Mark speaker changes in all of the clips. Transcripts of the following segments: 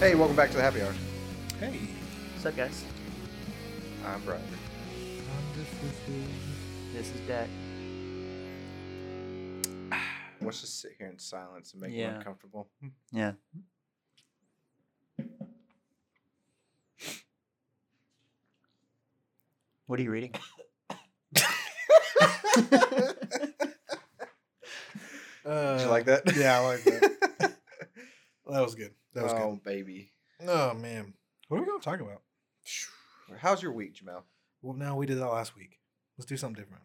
Speaker 1: Hey, welcome back to the Happy Hour.
Speaker 2: Hey.
Speaker 3: What's up, guys?
Speaker 1: I'm Brian.
Speaker 3: This is Dak.
Speaker 1: Let's just sit here in silence and make me
Speaker 3: Yeah.
Speaker 1: uncomfortable.
Speaker 2: Uh,
Speaker 3: Yeah. What are you reading?
Speaker 2: Uh,
Speaker 1: Did you like that?
Speaker 2: yeah, I like that. That was good. That was
Speaker 1: oh, baby.
Speaker 2: good. Oh man, what are we gonna talk about?
Speaker 1: How's your week, Jamal?
Speaker 2: Well, no, we did that last week. Let's do something different.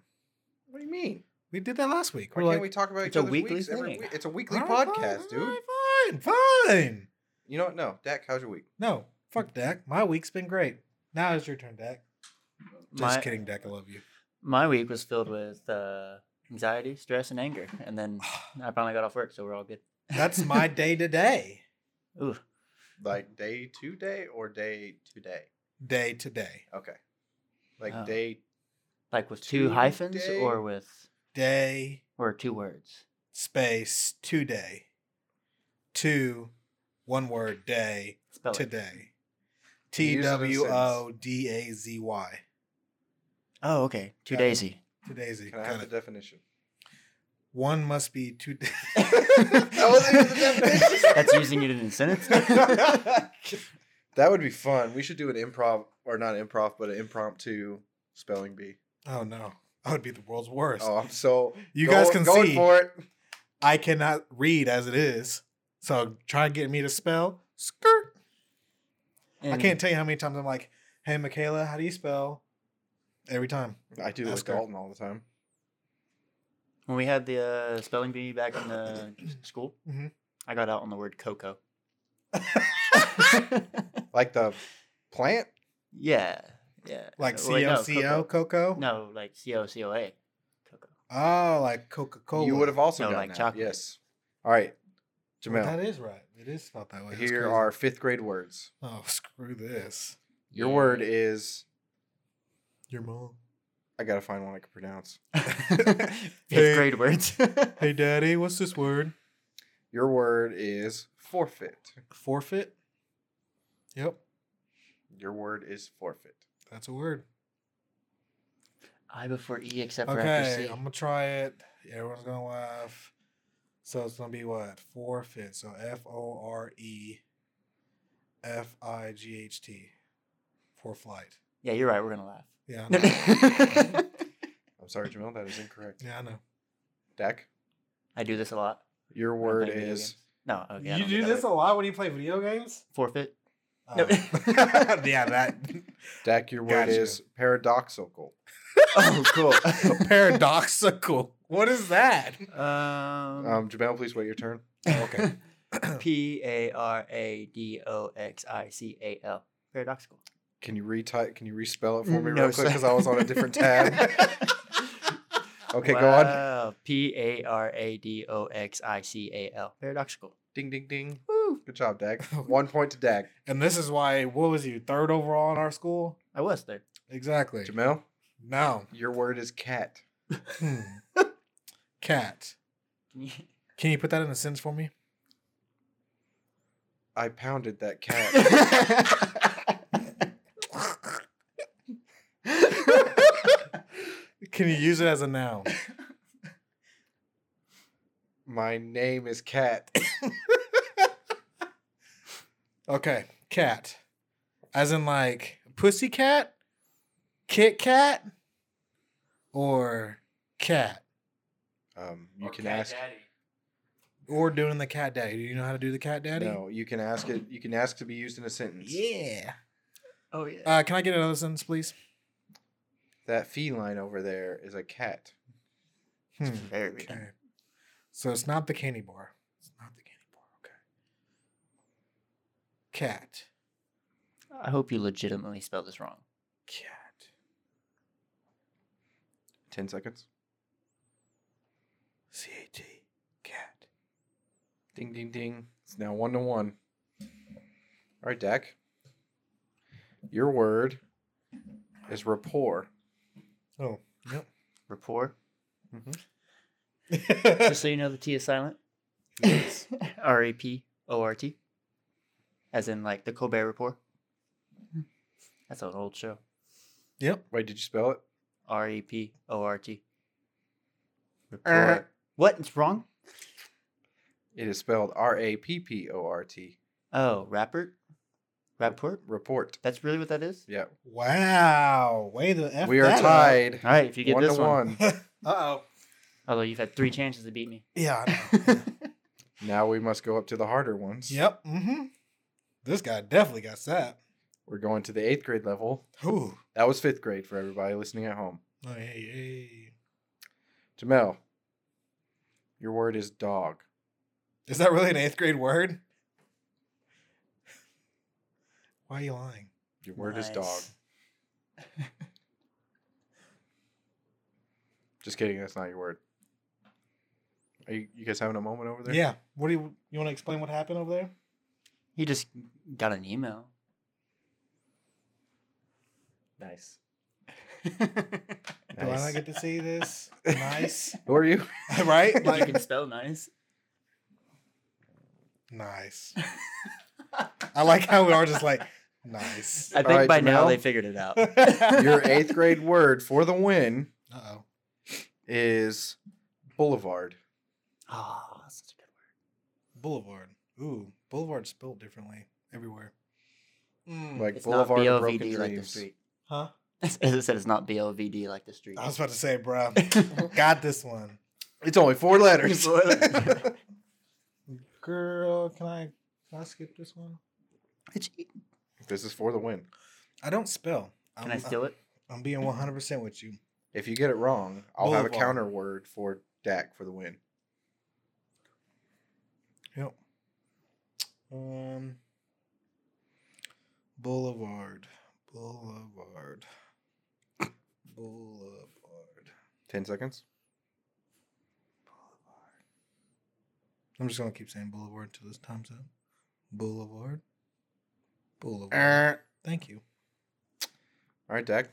Speaker 1: What do you mean?
Speaker 2: We did that last week.
Speaker 1: Why
Speaker 2: We're
Speaker 1: can't we
Speaker 2: like,
Speaker 1: talk about
Speaker 3: It's
Speaker 1: each
Speaker 3: a
Speaker 1: other's
Speaker 3: weekly
Speaker 1: weeks every
Speaker 3: thing.
Speaker 1: week? It's a weekly
Speaker 2: "All right,
Speaker 1: podcast,
Speaker 2: fine, all
Speaker 1: dude.
Speaker 2: right, Fine, fine.
Speaker 1: You know what? No, Dak, how's your week?
Speaker 2: No, fuck Dak. My week's been great. Now it's your turn, Dak. Just
Speaker 3: My
Speaker 2: kidding, Dak. I love you.
Speaker 3: my week was filled with uh, anxiety, stress, and anger, and then I finally got off work, so we're all good.
Speaker 2: That's my day to day.
Speaker 3: Ooh,
Speaker 1: Like day to day or day to day?
Speaker 2: Day to day.
Speaker 1: Okay. Like
Speaker 3: Oh.
Speaker 1: day.
Speaker 3: like with two hyphens
Speaker 1: Today-
Speaker 3: or with
Speaker 2: Day
Speaker 3: or two words.
Speaker 2: space today. Two, one word day
Speaker 3: Spell it.
Speaker 2: today. T
Speaker 1: Use it in a
Speaker 2: W O D A Z Y.
Speaker 3: Oh, okay. Two
Speaker 2: Got it.
Speaker 3: daisy.
Speaker 2: Today's
Speaker 1: Can I have
Speaker 2: kind
Speaker 1: the
Speaker 2: of
Speaker 1: definition?
Speaker 2: one must be two.
Speaker 1: That wasn't even the definition.
Speaker 3: That's using it in a sentence.
Speaker 1: that would be fun. We should do an improv, or not improv, but an impromptu spelling bee.
Speaker 2: oh no, I would be the world's worst.
Speaker 1: Oh, I'm so.
Speaker 2: you
Speaker 1: go-
Speaker 2: guys can
Speaker 1: going
Speaker 2: see
Speaker 1: for it.
Speaker 2: I cannot read as it is, so try getting me to spell skirt. I
Speaker 1: Hmm.
Speaker 3: And
Speaker 2: can't tell you how many times I'm like, "Hey, Michaela, how do you spell?" Every time.
Speaker 1: I do it with
Speaker 2: Ask her.
Speaker 1: Dalton all the time.
Speaker 3: When we had the uh, spelling bee back in the s- school,
Speaker 2: Mhm.
Speaker 3: I got out on the word cocoa.
Speaker 1: Like the plant.
Speaker 3: yeah, yeah.
Speaker 2: Like
Speaker 3: Uh, wait,
Speaker 2: C
Speaker 3: no,
Speaker 2: O C O
Speaker 3: cocoa.
Speaker 2: Coco.
Speaker 3: No, like C O C O A. Cocoa.
Speaker 2: Oh, like Coca Cola.
Speaker 1: You would have also
Speaker 3: No,
Speaker 1: done
Speaker 3: like
Speaker 1: that.
Speaker 3: chocolate.
Speaker 1: Yes. All right, Jamel.
Speaker 2: That is right. It is spelled that way. That's
Speaker 1: Here
Speaker 2: crazy.
Speaker 1: are fifth grade words.
Speaker 2: Oh, screw this.
Speaker 1: Your
Speaker 3: Yeah.
Speaker 1: word is.
Speaker 2: Your mom.
Speaker 1: I gotta find one I can pronounce.
Speaker 2: Hey.
Speaker 3: Fifth grade words.
Speaker 2: Hey, Daddy, what's this word?
Speaker 1: Your word is forfeit.
Speaker 2: Forfeit. Yep,
Speaker 1: Your word is forfeit.
Speaker 2: that's a word.
Speaker 3: I before E except for after
Speaker 2: Okay,
Speaker 3: C.
Speaker 2: I'm gonna try it. Everyone's gonna laugh. So it's gonna be what? Forfeit. So F O R E F I G H T. For flight.
Speaker 3: yeah, you're right. We're gonna laugh.
Speaker 2: Yeah. I know.
Speaker 3: I
Speaker 1: I'm sorry, Jamel. That is incorrect.
Speaker 2: yeah, I know.
Speaker 1: Dak.
Speaker 3: do this a lot.
Speaker 1: Your
Speaker 3: when I
Speaker 1: word
Speaker 3: play video
Speaker 1: is.
Speaker 3: games. No, okay. I
Speaker 2: you
Speaker 3: don't
Speaker 2: do
Speaker 3: that
Speaker 2: this
Speaker 3: right.
Speaker 2: a lot when you play video games?
Speaker 3: forfeit.
Speaker 2: Oh. yeah, that
Speaker 1: Dak. Your word
Speaker 2: Gotcha.
Speaker 1: is paradoxical.
Speaker 3: oh, cool.
Speaker 2: paradoxical. What is that?
Speaker 3: Um,
Speaker 1: Um, Jamel, please wait your turn.
Speaker 2: okay.
Speaker 1: Um,
Speaker 3: P A R A D O X I C A L. Paradoxical.
Speaker 1: Can you retype? Can you respell it for me real
Speaker 3: No,
Speaker 1: quick?
Speaker 3: sir.
Speaker 1: Because I was on a different tab. Okay, go on.
Speaker 3: wow. P A R A D O X I C A L. Paradoxical.
Speaker 1: Ding, ding, ding.
Speaker 3: Woo.
Speaker 1: Good job, Dak.
Speaker 3: Oh.
Speaker 1: One point to Dak.
Speaker 2: And this is why what was you, third overall in our school?
Speaker 3: I was there.
Speaker 2: Exactly.
Speaker 1: Jamel,
Speaker 2: No.
Speaker 1: your word is cat.
Speaker 2: Hmm. Cat.
Speaker 3: Can you?
Speaker 2: Can you put that in a sentence for me?
Speaker 1: I pounded that cat.
Speaker 2: Can you use it as a noun?
Speaker 1: My name is Cat.
Speaker 2: Okay, cat. As in like pussy cat, Kit Kat, or cat,
Speaker 1: Um, you can ask.
Speaker 2: or doing the cat daddy. Do you know how to do the cat daddy?
Speaker 1: No, you can ask it. You can ask to be used in a sentence.
Speaker 2: Yeah.
Speaker 3: Oh yeah.
Speaker 2: Uh, can I get another sentence, please?
Speaker 1: That feline over there is a cat. Um,
Speaker 2: Hmm.
Speaker 3: Very good.
Speaker 2: Okay. So it's not the candy bar. It's not the candy bar. Okay. Cat.
Speaker 3: I hope you legitimately spelled this wrong.
Speaker 2: Cat.
Speaker 1: Ten seconds.
Speaker 2: C A T. Cat.
Speaker 1: Ding, ding, ding. It's now one to one. All right, Dak. Your word is rapport.
Speaker 2: Oh.
Speaker 3: Rapport.
Speaker 2: Yep.
Speaker 3: Just so you know, the T is silent. R A P O R T. as in like the Colbert Report. That's an old show.
Speaker 2: Yep.
Speaker 1: Wait, did you spell it?
Speaker 3: R E P O R T.
Speaker 1: Uh.
Speaker 3: Report. What? It's wrong.
Speaker 1: It is spelled R A P P O R T.
Speaker 3: Oh, Rapport. Rapport.
Speaker 1: Report.
Speaker 3: That's really what that is.
Speaker 1: Yeah.
Speaker 2: Wow. Way to F
Speaker 1: we are tied.
Speaker 3: All right, if you get
Speaker 1: one
Speaker 3: this
Speaker 1: to
Speaker 3: one,
Speaker 1: one.
Speaker 2: uh oh.
Speaker 3: although you've had three chances to beat me.
Speaker 2: Yeah. I know.
Speaker 1: Now we must go up to the harder ones.
Speaker 2: yep. Mm-hmm. This guy definitely got that.
Speaker 1: We're going to the eighth grade level.
Speaker 2: Ooh.
Speaker 1: That was fifth grade for everybody listening at home.
Speaker 2: Oh, hey, hey.
Speaker 1: Jamel, your word is dog.
Speaker 2: Is that really an eighth grade word? Why are you lying?
Speaker 1: Your word is
Speaker 3: Nice.
Speaker 1: dog. Just kidding. That's not your word. Are you, you guys having a moment over there?
Speaker 2: Yeah. What do you you want to explain what happened over there?
Speaker 3: He just got an email. Nice.
Speaker 2: Do I
Speaker 1: Nice.
Speaker 2: not get to see this? nice.
Speaker 1: Who are you?
Speaker 2: right?
Speaker 3: you
Speaker 2: Like
Speaker 3: can spell nice.
Speaker 2: nice. I like how we are just like nice.
Speaker 3: I think
Speaker 1: All right,
Speaker 3: by now
Speaker 1: Jamel.
Speaker 3: they figured it out.
Speaker 1: Your eighth grade word for the win
Speaker 2: Uh oh.
Speaker 1: is boulevard.
Speaker 3: Oh, that's such a good
Speaker 2: Boulevard. Ooh, Boulevard spelled differently everywhere. Mm.
Speaker 1: Like
Speaker 3: word. It's not
Speaker 1: boulevard
Speaker 3: B
Speaker 1: of
Speaker 3: O V
Speaker 1: broken
Speaker 3: D
Speaker 1: dreams.
Speaker 3: like the street.
Speaker 2: huh?
Speaker 3: As I said, it's not B O V D like the street.
Speaker 2: I was about to say, bruh, got this one.
Speaker 1: It's only four letters.
Speaker 3: Four letters.
Speaker 2: Girl, can I can I skip this one?
Speaker 3: It's-
Speaker 1: this is for the win.
Speaker 2: I don't spell.
Speaker 3: Can I steal it?
Speaker 2: I'm being 100 percent with you.
Speaker 1: If you get it wrong, I'll have a
Speaker 2: Boulevard.
Speaker 1: counter word for Dak for the win.
Speaker 2: Yep. Um. Boulevard. Boulevard. Boulevard.
Speaker 1: Ten seconds.
Speaker 2: I'm just gonna keep saying Boulevard until this time's up. Boulevard. Boulevard.
Speaker 1: Er.
Speaker 2: Thank you.
Speaker 1: All right, Dak.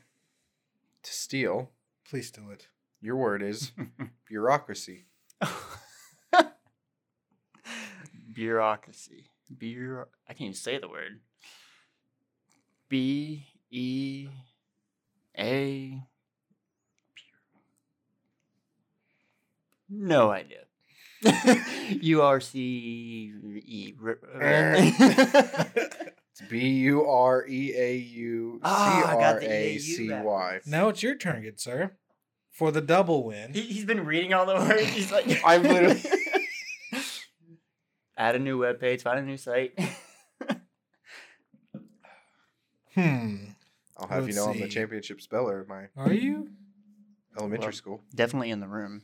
Speaker 1: To steal,
Speaker 2: Please do it.
Speaker 1: your word is bureaucracy.
Speaker 3: Bureaucracy. Bureau. I can't even say the word. B E A. No idea. U R C E.
Speaker 1: It's B U R E A U C
Speaker 3: Ah, I
Speaker 1: R
Speaker 3: got the
Speaker 1: A
Speaker 3: EAU
Speaker 1: C
Speaker 3: backwards.
Speaker 1: Y.
Speaker 2: Now it's your turn, good sir, for the double win.
Speaker 3: He, he's been reading all the words. He's like,
Speaker 1: I'm literally-
Speaker 3: Add a new webpage, find a new site.
Speaker 2: Hmm.
Speaker 1: I'll have you
Speaker 2: Let's
Speaker 1: know I'm the
Speaker 2: see.
Speaker 1: championship speller at my
Speaker 2: Are you?
Speaker 1: elementary
Speaker 3: Well-
Speaker 1: school.
Speaker 3: Definitely in the room.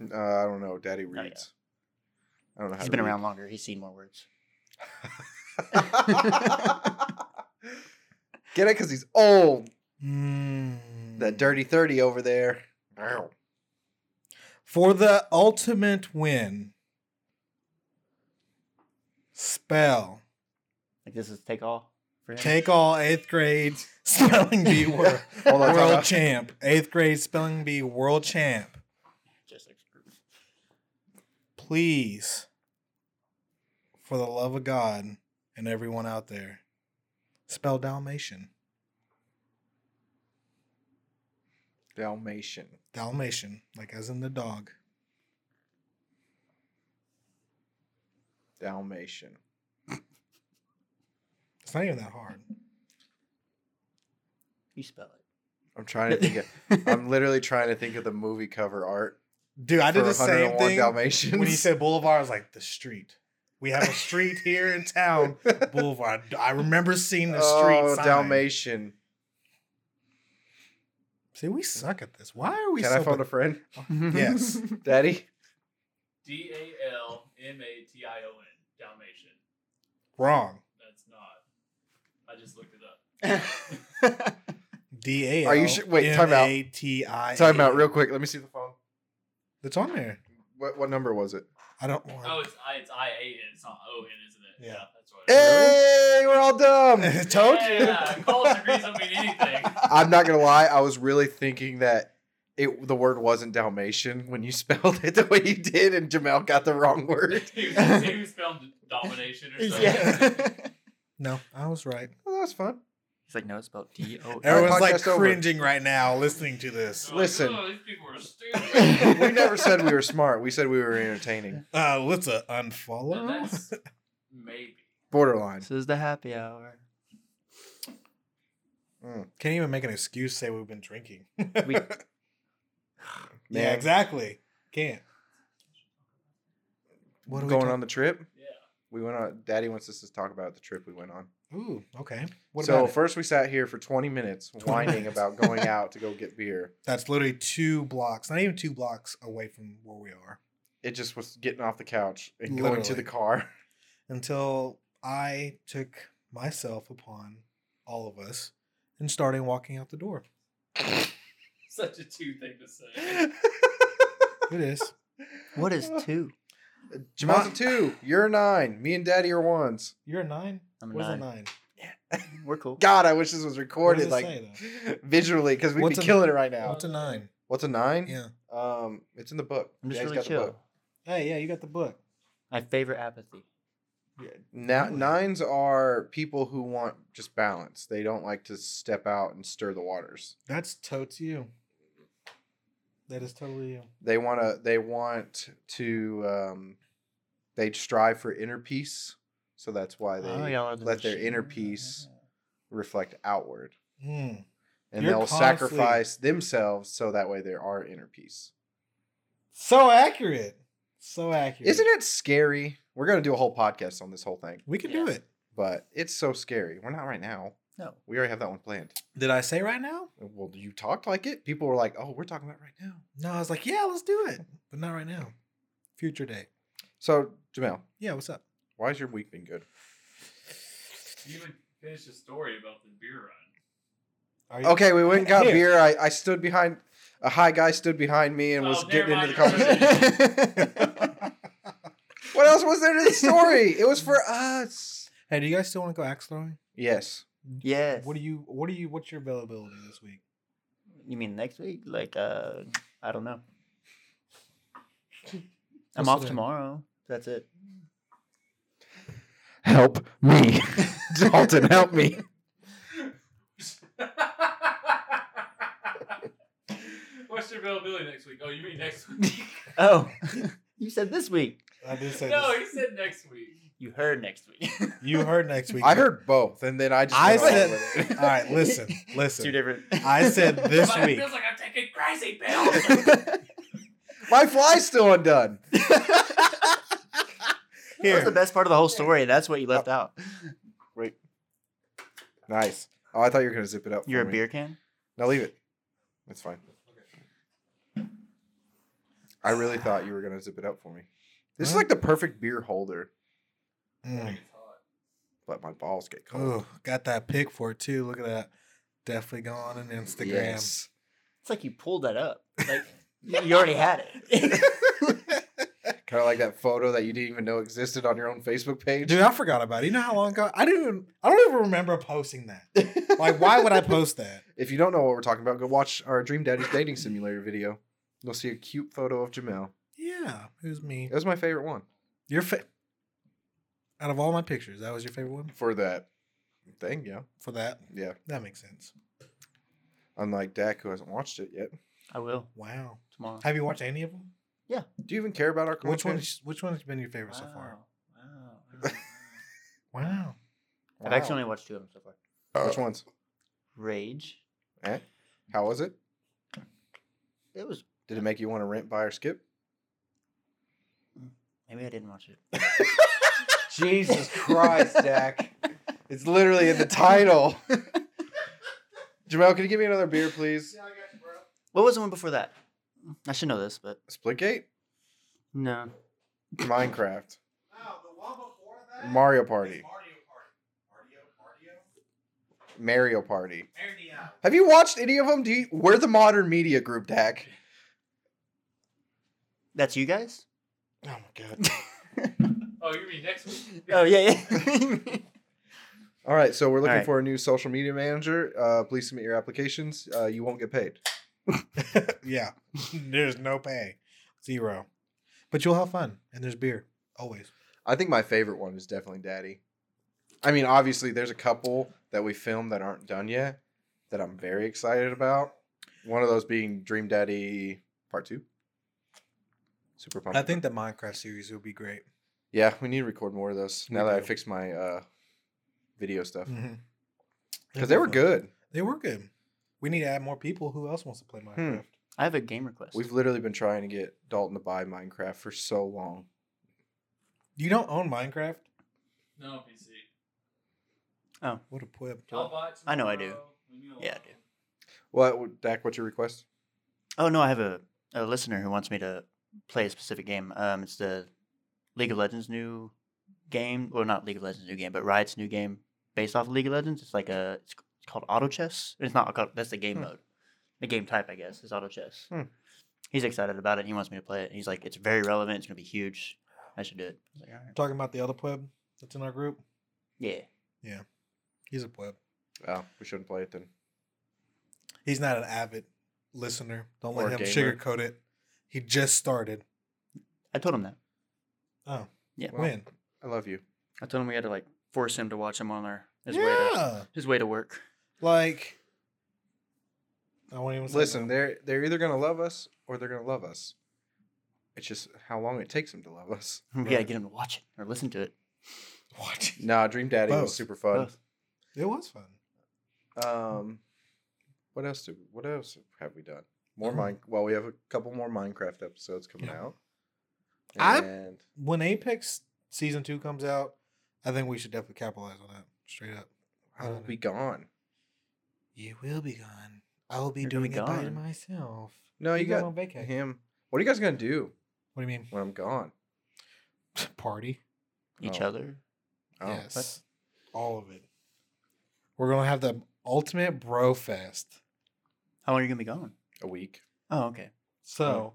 Speaker 1: Uh, I don't know. Daddy
Speaker 2: Oh,
Speaker 3: yeah.
Speaker 1: reads. I don't know how
Speaker 3: He's
Speaker 1: to
Speaker 3: been
Speaker 1: read.
Speaker 3: around longer. He's seen more words.
Speaker 1: Get it? Because he's old.
Speaker 2: Hmm.
Speaker 1: That dirty 30 over there. Ow.
Speaker 2: For the ultimate win. Spell.
Speaker 3: Like this is take all for him.
Speaker 2: Take all eighth grade spelling bee wor-
Speaker 1: Hold on, time
Speaker 2: world
Speaker 1: out.
Speaker 2: champ. Eighth grade spelling bee world champ.
Speaker 3: Just like-
Speaker 2: Please, for the love of God and everyone out there, spell Dalmatian.
Speaker 1: Dalmatian.
Speaker 2: Dalmatian, like as in the dog.
Speaker 1: Dalmatian.
Speaker 2: It's not even that hard.
Speaker 3: you spell it.
Speaker 1: I'm trying to think. uh, Of, I'm literally trying to think of the movie cover art.
Speaker 2: Dude, I did
Speaker 1: for
Speaker 2: the same
Speaker 1: 101
Speaker 2: thing
Speaker 1: Dalmatians.
Speaker 2: when he said boulevard. I was like, the street. We have a street here in town, Boulevard. I remember seeing the street
Speaker 1: oh,
Speaker 2: sign.
Speaker 1: Dalmatian.
Speaker 2: See, we suck at this. Why are we?
Speaker 1: Can
Speaker 2: so
Speaker 1: I phone
Speaker 2: bad-
Speaker 1: a friend?
Speaker 2: Yes.
Speaker 1: Daddy?
Speaker 4: D A L M A T I O N. Dalmatian.
Speaker 2: wrong?
Speaker 4: That's not. I just looked it up.
Speaker 2: D A.
Speaker 1: Are you sure- wait, time out. Time out real quick. Let me see the phone.
Speaker 2: It's on there.
Speaker 1: What, what number was it?
Speaker 2: I don't want.
Speaker 4: Oh, it's I. It's I A N. It's not O N, isn't it?
Speaker 2: Yeah.
Speaker 4: that's right.
Speaker 1: Eh, Hey, we're all dumb.
Speaker 2: I told you.
Speaker 4: Yeah, college degrees don't mean anything.
Speaker 1: I'm not going to lie. I was really thinking that it the word wasn't Dalmatian when you spelled it the way you did, and Jamel got the wrong word.
Speaker 4: he, was, he was spelling domination or something.
Speaker 2: No, I was right.
Speaker 1: Well, that was fun.
Speaker 3: He's like, no, it's spelled D O.
Speaker 2: Everyone's like
Speaker 1: podcast over.
Speaker 2: cringing right now listening to this.
Speaker 4: Like,
Speaker 1: Listen.
Speaker 4: "Oh, these people are stupid.
Speaker 1: We never said we were smart. We said we were entertaining.
Speaker 2: Uh, let's uh,
Speaker 4: Now
Speaker 2: unfollow.
Speaker 4: that's maybe.
Speaker 1: Borderline.
Speaker 3: This is the happy hour.
Speaker 2: Can't even make an excuse to say we've been drinking.
Speaker 3: We
Speaker 2: yeah,
Speaker 1: Man.
Speaker 2: exactly. Can't. What are
Speaker 1: going
Speaker 2: we
Speaker 1: on the trip?
Speaker 4: Yeah.
Speaker 1: We went on. Daddy wants us to talk about the trip we went on.
Speaker 2: on? Ooh, okay. What
Speaker 1: so
Speaker 2: about it?
Speaker 1: first we sat here for 20 minutes
Speaker 2: 20
Speaker 1: whining
Speaker 2: minutes.
Speaker 1: about going out to go get beer.
Speaker 2: That's literally two blocks, not even two blocks away from where we are.
Speaker 1: It just was getting off the couch and going to
Speaker 2: Literally.
Speaker 1: the car.
Speaker 2: Until I took myself upon all of us and started walking out the door.
Speaker 4: Such a two thing to say.
Speaker 2: It is.
Speaker 3: what is two?
Speaker 1: Jamal's a two. You're a nine. Me and Daddy are ones.
Speaker 2: You're a nine?
Speaker 3: I'm a
Speaker 2: Where's
Speaker 3: nine.
Speaker 2: a nine?
Speaker 3: We're cool.
Speaker 1: God, I wish this was recorded
Speaker 2: it
Speaker 1: like
Speaker 2: say,
Speaker 1: visually because we'd
Speaker 2: What's
Speaker 1: be
Speaker 2: a-
Speaker 1: killing it right now.
Speaker 2: What's a nine?
Speaker 1: What's a nine?
Speaker 2: Yeah.
Speaker 1: Um, it's in the book.
Speaker 3: I'm just
Speaker 1: Daddy's
Speaker 3: really chill.
Speaker 2: Hey, yeah, you got the book.
Speaker 3: I favor apathy.
Speaker 1: Now
Speaker 2: Really?
Speaker 1: nines are people who want just balance. They don't like to step out and stir the waters.
Speaker 2: That's totes you. That is totally you.
Speaker 1: They want to. They want to. Um, they strive for inner peace. So that's why they
Speaker 3: Oh, y'all are the
Speaker 1: let their inner
Speaker 3: machine.
Speaker 1: peace reflect outward,
Speaker 2: Mm.
Speaker 1: and
Speaker 2: You're
Speaker 1: they'll
Speaker 2: constantly-
Speaker 1: sacrifice themselves so that way there are inner peace.
Speaker 2: So accurate. So accurate.
Speaker 1: Isn't it scary? We're gonna do a whole podcast on this whole thing,
Speaker 2: We can do
Speaker 4: Yeah.
Speaker 2: it.
Speaker 1: but it's so scary. We're not right now.
Speaker 3: No.
Speaker 1: We already have that one planned.
Speaker 2: Did I say right now?
Speaker 1: Well, you talked like it. People were like, "Oh, we're talking about it right now."
Speaker 2: No, I was like, yeah, let's do it. But not right now. Future date.
Speaker 1: So, Jamel,
Speaker 2: Yeah, what's up?
Speaker 1: why has your week been good?
Speaker 4: You even finished the story about the beer run.
Speaker 2: Are you-
Speaker 1: Okay, we went and got
Speaker 2: Here.
Speaker 1: beer. I, I stood behind a high guy stood behind me and
Speaker 4: Oh,
Speaker 1: was
Speaker 4: never
Speaker 1: getting into
Speaker 4: mind,
Speaker 1: the
Speaker 4: you're right.
Speaker 1: conversation. what else was there to the story? It was for us.
Speaker 2: Hey, do you guys still want to go axe throwing?
Speaker 1: Yes.
Speaker 3: Yes.
Speaker 2: What do you? What do you? What's your availability this week?
Speaker 3: You mean next week? Like, uh, I don't know. I'm
Speaker 2: What's
Speaker 3: off
Speaker 2: today?
Speaker 3: tomorrow. That's it.
Speaker 1: Help me. Dalton, help me.
Speaker 4: What's your availability next week? Oh, you mean next week?
Speaker 3: Oh, you said this week.
Speaker 2: I did say
Speaker 4: no, he said next week.
Speaker 3: You heard next week.
Speaker 2: You heard next week.
Speaker 1: I heard both, and then I just
Speaker 2: I
Speaker 1: went along
Speaker 2: said-
Speaker 1: with it.
Speaker 2: All right, listen,
Speaker 3: Two
Speaker 2: listen.
Speaker 3: different.
Speaker 2: I said this
Speaker 4: But It
Speaker 2: week.
Speaker 4: feels like I'm taking crazy pills.
Speaker 1: My fly's still undone.
Speaker 3: That was the
Speaker 2: Here, Oh.
Speaker 3: best part of the whole story. That's what you left out.
Speaker 1: Nice. Oh, I thought you were gonna zip it up.
Speaker 3: You're
Speaker 1: for
Speaker 3: a
Speaker 1: me.
Speaker 3: beer can?
Speaker 1: Now leave it. That's fine. I really thought you were gonna zip it up for me. This is
Speaker 2: Well-
Speaker 1: like the perfect beer holder,
Speaker 2: Mm.
Speaker 1: but my balls get cold.
Speaker 2: Ooh, got that pick for it too. Look at that. Definitely gone on Instagram.
Speaker 1: Yes.
Speaker 3: It's like you pulled that up. Like, you you already had it.
Speaker 1: Kind of like that photo that you didn't even know existed on your own Facebook page.
Speaker 2: Dude, I forgot about it. You know how long ago? I didn't even. I don't even remember posting that. Like, why would I post that?
Speaker 1: If you don't know what we're talking about, go watch our Dream Daddy's Dating Simulator video. You'll see a cute photo of Jamel.
Speaker 2: Yeah, it was me.
Speaker 1: It was my favorite one
Speaker 2: Your fa- out of all my pictures, that was your favorite one
Speaker 1: for that thing. Yeah,
Speaker 2: for that.
Speaker 1: yeah.
Speaker 2: That makes sense.
Speaker 1: Unlike Dak, who hasn't watched it yet.
Speaker 3: I will
Speaker 2: Wow.
Speaker 3: tomorrow.
Speaker 2: Have you watched any of them?
Speaker 1: Do you even care about our content?
Speaker 2: Which one? is- Which one has been your favorite so far?
Speaker 3: Wow. wow, wow.
Speaker 2: Wow.
Speaker 3: I've actually only watched two of them so far.
Speaker 1: Which ones?
Speaker 3: Rage.
Speaker 1: Eh? How was it?
Speaker 3: It was
Speaker 1: Did it make you want to rent, buy, or skip?
Speaker 3: maybe I didn't watch it.
Speaker 1: Jesus Christ, Dak. It's literally in the title. Jamel, can you give me another beer, please?
Speaker 3: What was the one before that? I should know this, but
Speaker 1: Splitgate?
Speaker 3: no.
Speaker 1: Minecraft. Mario Party. Mario Party. Have you watched any of them? Do you, we're the modern media group, Dak.
Speaker 3: That's you guys?
Speaker 1: Oh my god.
Speaker 4: Oh, you mean next week?
Speaker 3: Oh yeah, yeah.
Speaker 1: All right, so we're looking
Speaker 3: All right.
Speaker 1: for a new social media manager. Uh, please submit your applications. Uh, you won't get paid.
Speaker 2: yeah. there's no pay. Zero. But you'll have fun and there's beer. Always.
Speaker 1: I think my favorite one is definitely Daddy. I mean, obviously, there's a couple that we filmed that aren't done yet that I'm very excited about. One of those being Dream Daddy Part Two. Super pumped.
Speaker 2: I think the Minecraft series will be great.
Speaker 1: Yeah, we need to record more of those
Speaker 2: We
Speaker 1: now that I
Speaker 2: do.
Speaker 1: fixed my uh, video stuff because
Speaker 2: Mhm.
Speaker 1: they were good.
Speaker 2: They were good. We need to add more people. Who else wants to play Minecraft?
Speaker 3: I have a game request.
Speaker 1: We've literally been trying to get Dalton to buy Minecraft for so long.
Speaker 2: You don't own Minecraft?
Speaker 4: No PC.
Speaker 2: What a quip.
Speaker 4: I'll buy it
Speaker 3: I know I
Speaker 4: tomorrow. Leave me
Speaker 3: Yeah, I
Speaker 4: alone.
Speaker 1: What, Dak? What's your request?
Speaker 3: Oh no, I have a, a listener who wants me to play a specific game. Um, it's the League of Legends new game. Well, not League of Legends new game, but Riot's new game based off of League of Legends. It's like a it's, c- it's called Auto Chess. It's not called, that's the game
Speaker 1: Hmm.
Speaker 3: mode. The game type, I guess, is Auto Chess.
Speaker 1: Hmm.
Speaker 3: He's excited about it. and He wants me to play it. He's like, it's very relevant. It's gonna be huge. I should do it. I was like, All right.
Speaker 2: Talking about the other pleb that's in our group.
Speaker 3: Yeah.
Speaker 2: He's a pleb.
Speaker 1: Oh, we shouldn't play it then.
Speaker 2: He's not an avid listener. Don't
Speaker 1: Or
Speaker 2: let him
Speaker 1: gamer.
Speaker 2: sugarcoat it. He just started.
Speaker 3: I told him that.
Speaker 2: Oh.
Speaker 3: Yeah.
Speaker 1: Well,
Speaker 2: When?
Speaker 1: I love you.
Speaker 3: I told him we had to like force him to watch him on our his way to
Speaker 2: yeah.
Speaker 3: his way to work.
Speaker 2: Like I won't even say
Speaker 1: Listen,
Speaker 2: no.
Speaker 1: they're they're either gonna love us or they're gonna love us. It's just how long it takes them to love us.
Speaker 3: We gotta
Speaker 2: Right.
Speaker 3: get him to watch it or listen to it.
Speaker 2: What?
Speaker 1: Nah, Dream Daddy
Speaker 2: Both.
Speaker 1: was super fun.
Speaker 3: Both.
Speaker 2: It was fun.
Speaker 1: Um, what else do what else have we done? More
Speaker 2: Um,
Speaker 1: mine. Well, we have a couple more Minecraft episodes coming
Speaker 2: Yeah.
Speaker 1: out.
Speaker 2: I-
Speaker 1: And
Speaker 2: When Apex season two comes out, I think we should definitely capitalize on that. Straight up.
Speaker 1: I will be gone.
Speaker 2: You will be gone. I will be
Speaker 3: You're gonna
Speaker 2: doing
Speaker 3: be
Speaker 2: it by
Speaker 3: gone.
Speaker 2: myself.
Speaker 1: No, you
Speaker 2: He's going
Speaker 1: got
Speaker 2: on vacation.
Speaker 1: him. What are you guys gonna do
Speaker 2: What do you mean?
Speaker 1: when I'm gone?
Speaker 2: Party?
Speaker 3: Each
Speaker 1: Oh.
Speaker 3: other.
Speaker 1: Oh,
Speaker 2: Yes. All of it. We're gonna have the ultimate bro fest.
Speaker 3: How long are you gonna be gone?
Speaker 1: a week.
Speaker 3: Oh, okay.
Speaker 2: So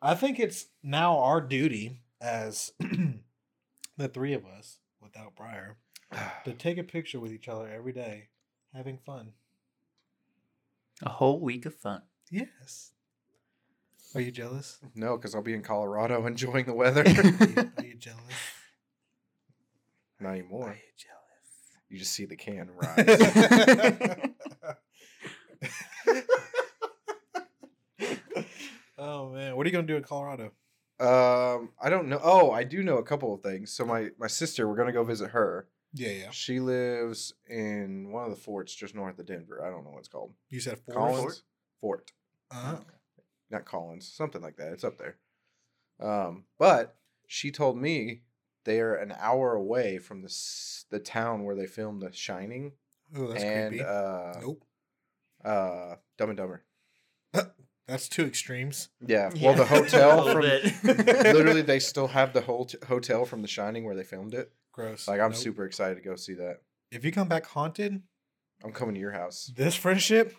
Speaker 2: I think it's now our duty as the three of us, without Briar, to take a picture with each other every day, having fun.
Speaker 3: A whole week of fun.
Speaker 2: Yes. Are you jealous?
Speaker 1: no, because I'll be in Colorado enjoying the weather.
Speaker 2: Are you, are you jealous?
Speaker 1: Not anymore.
Speaker 2: you
Speaker 1: You just see the can rise.
Speaker 2: oh man, what are you gonna do in Colorado?
Speaker 1: Um, I don't know. Oh, I do know a couple of things. So my my sister, we're gonna go visit her.
Speaker 2: Yeah, yeah.
Speaker 1: She lives in one of the forts just north of Denver. I don't know what it's called.
Speaker 2: You said four.
Speaker 1: Collins Fort,
Speaker 2: Uh-huh.
Speaker 1: not Collins, something like that. It's up there. Um, but she told me they are an hour away from the s- the town where they filmed The Shining
Speaker 2: Oh, that's
Speaker 1: and
Speaker 2: creepy.
Speaker 1: uh,
Speaker 2: nope.
Speaker 1: uh, Dumb and Dumber.
Speaker 2: That's two extremes.
Speaker 1: Yeah. Well, the
Speaker 3: Yeah.
Speaker 1: hotel
Speaker 3: A
Speaker 1: from
Speaker 3: little bit.
Speaker 1: literally they still have the whole hotel from The Shining where they filmed it.
Speaker 2: Gross.
Speaker 1: Like I'm
Speaker 2: Nope.
Speaker 1: super excited to go see that.
Speaker 2: If you come back haunted,
Speaker 1: I'm coming to your house.
Speaker 2: this friendship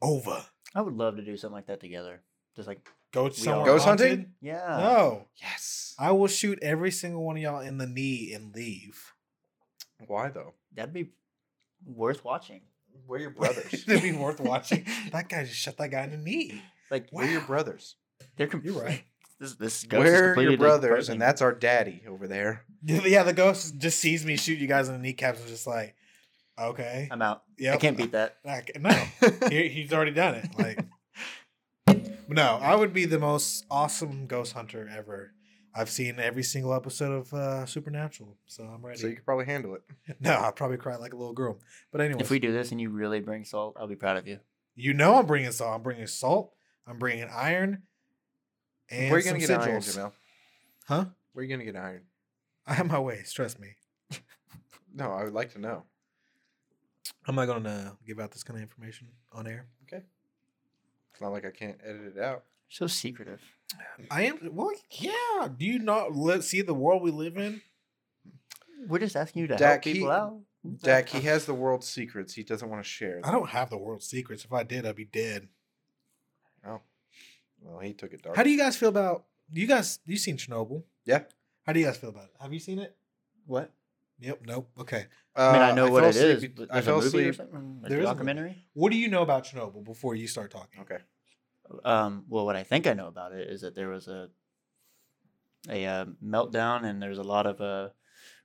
Speaker 2: over.
Speaker 3: I would love to do something like that together. Just like
Speaker 2: Go to
Speaker 3: We
Speaker 2: somewhere
Speaker 3: are-
Speaker 1: Ghost
Speaker 2: haunted?
Speaker 1: hunting?
Speaker 3: yeah.
Speaker 2: No,
Speaker 1: Yes.
Speaker 2: I will shoot every single one of y'all in the knee and leave.
Speaker 1: Why though?
Speaker 3: That'd be worth watching.
Speaker 1: We're your
Speaker 2: It'd be worth watching. That guy just shut that guy in the knee.
Speaker 3: Like
Speaker 1: We're your
Speaker 2: Wow.
Speaker 1: brothers.
Speaker 3: they're com-
Speaker 2: You're right.
Speaker 3: This this ghost is
Speaker 1: We're
Speaker 3: completely
Speaker 1: your brothers,
Speaker 3: dispersing.
Speaker 1: and that's our daddy over there.
Speaker 2: Yeah, the ghost just sees me shoot you guys in the kneecaps and just like, okay,
Speaker 3: I'm out.
Speaker 2: yeah,
Speaker 3: I can't beat that.
Speaker 2: no, he, he's already done it. Like, no, I would be the most awesome ghost hunter ever. I've seen every single episode of uh, Supernatural, so I'm ready.
Speaker 1: So you could probably handle it.
Speaker 2: No, I probably cry like a little girl. But anyway,
Speaker 3: If we do this and you really bring salt, I'll be proud of you.
Speaker 2: you know, I'm bringing salt. I'm bringing salt. I'm bringing iron. And
Speaker 1: Where are you gonna
Speaker 2: some
Speaker 1: get iron,
Speaker 2: sigils.
Speaker 1: Jamel?
Speaker 2: Huh?
Speaker 1: Where are you gonna get iron?
Speaker 2: I have my ways. Trust me.
Speaker 1: No, I would like to know.
Speaker 2: I'm not gonna uh, give out this kind of information on air.
Speaker 1: It's not like I can't edit it out.
Speaker 3: So secretive.
Speaker 2: I am. Well, yeah. Do you not li- see the world we live in?
Speaker 3: We're just asking you to
Speaker 1: Dak,
Speaker 3: help
Speaker 1: he-
Speaker 3: people out.
Speaker 1: Dak,
Speaker 3: uh,
Speaker 1: he has the world's secrets. He doesn't want to share.
Speaker 2: I
Speaker 1: Them.
Speaker 2: don't have the world's secrets. If I did, I'd be dead.
Speaker 1: Well, he took it dark.
Speaker 2: How do you guys feel about you guys? You seen Chernobyl?
Speaker 1: Yeah.
Speaker 2: How do you guys feel about it? Have you seen it?
Speaker 3: What?
Speaker 2: Yep. Nope. Okay.
Speaker 1: Uh,
Speaker 3: I mean, I know what
Speaker 1: fell
Speaker 3: it is.
Speaker 1: asleep-
Speaker 3: but
Speaker 1: I
Speaker 3: there's a
Speaker 1: fell
Speaker 3: movie or
Speaker 1: asleep.
Speaker 3: something?
Speaker 2: There
Speaker 3: There's
Speaker 2: is
Speaker 3: a
Speaker 2: a movie.
Speaker 3: documentary.
Speaker 2: What do you know about Chernobyl before you start talking?
Speaker 1: Okay.
Speaker 3: Um, well, what I think I know about it is that there was a a uh, meltdown, and there's a lot of uh,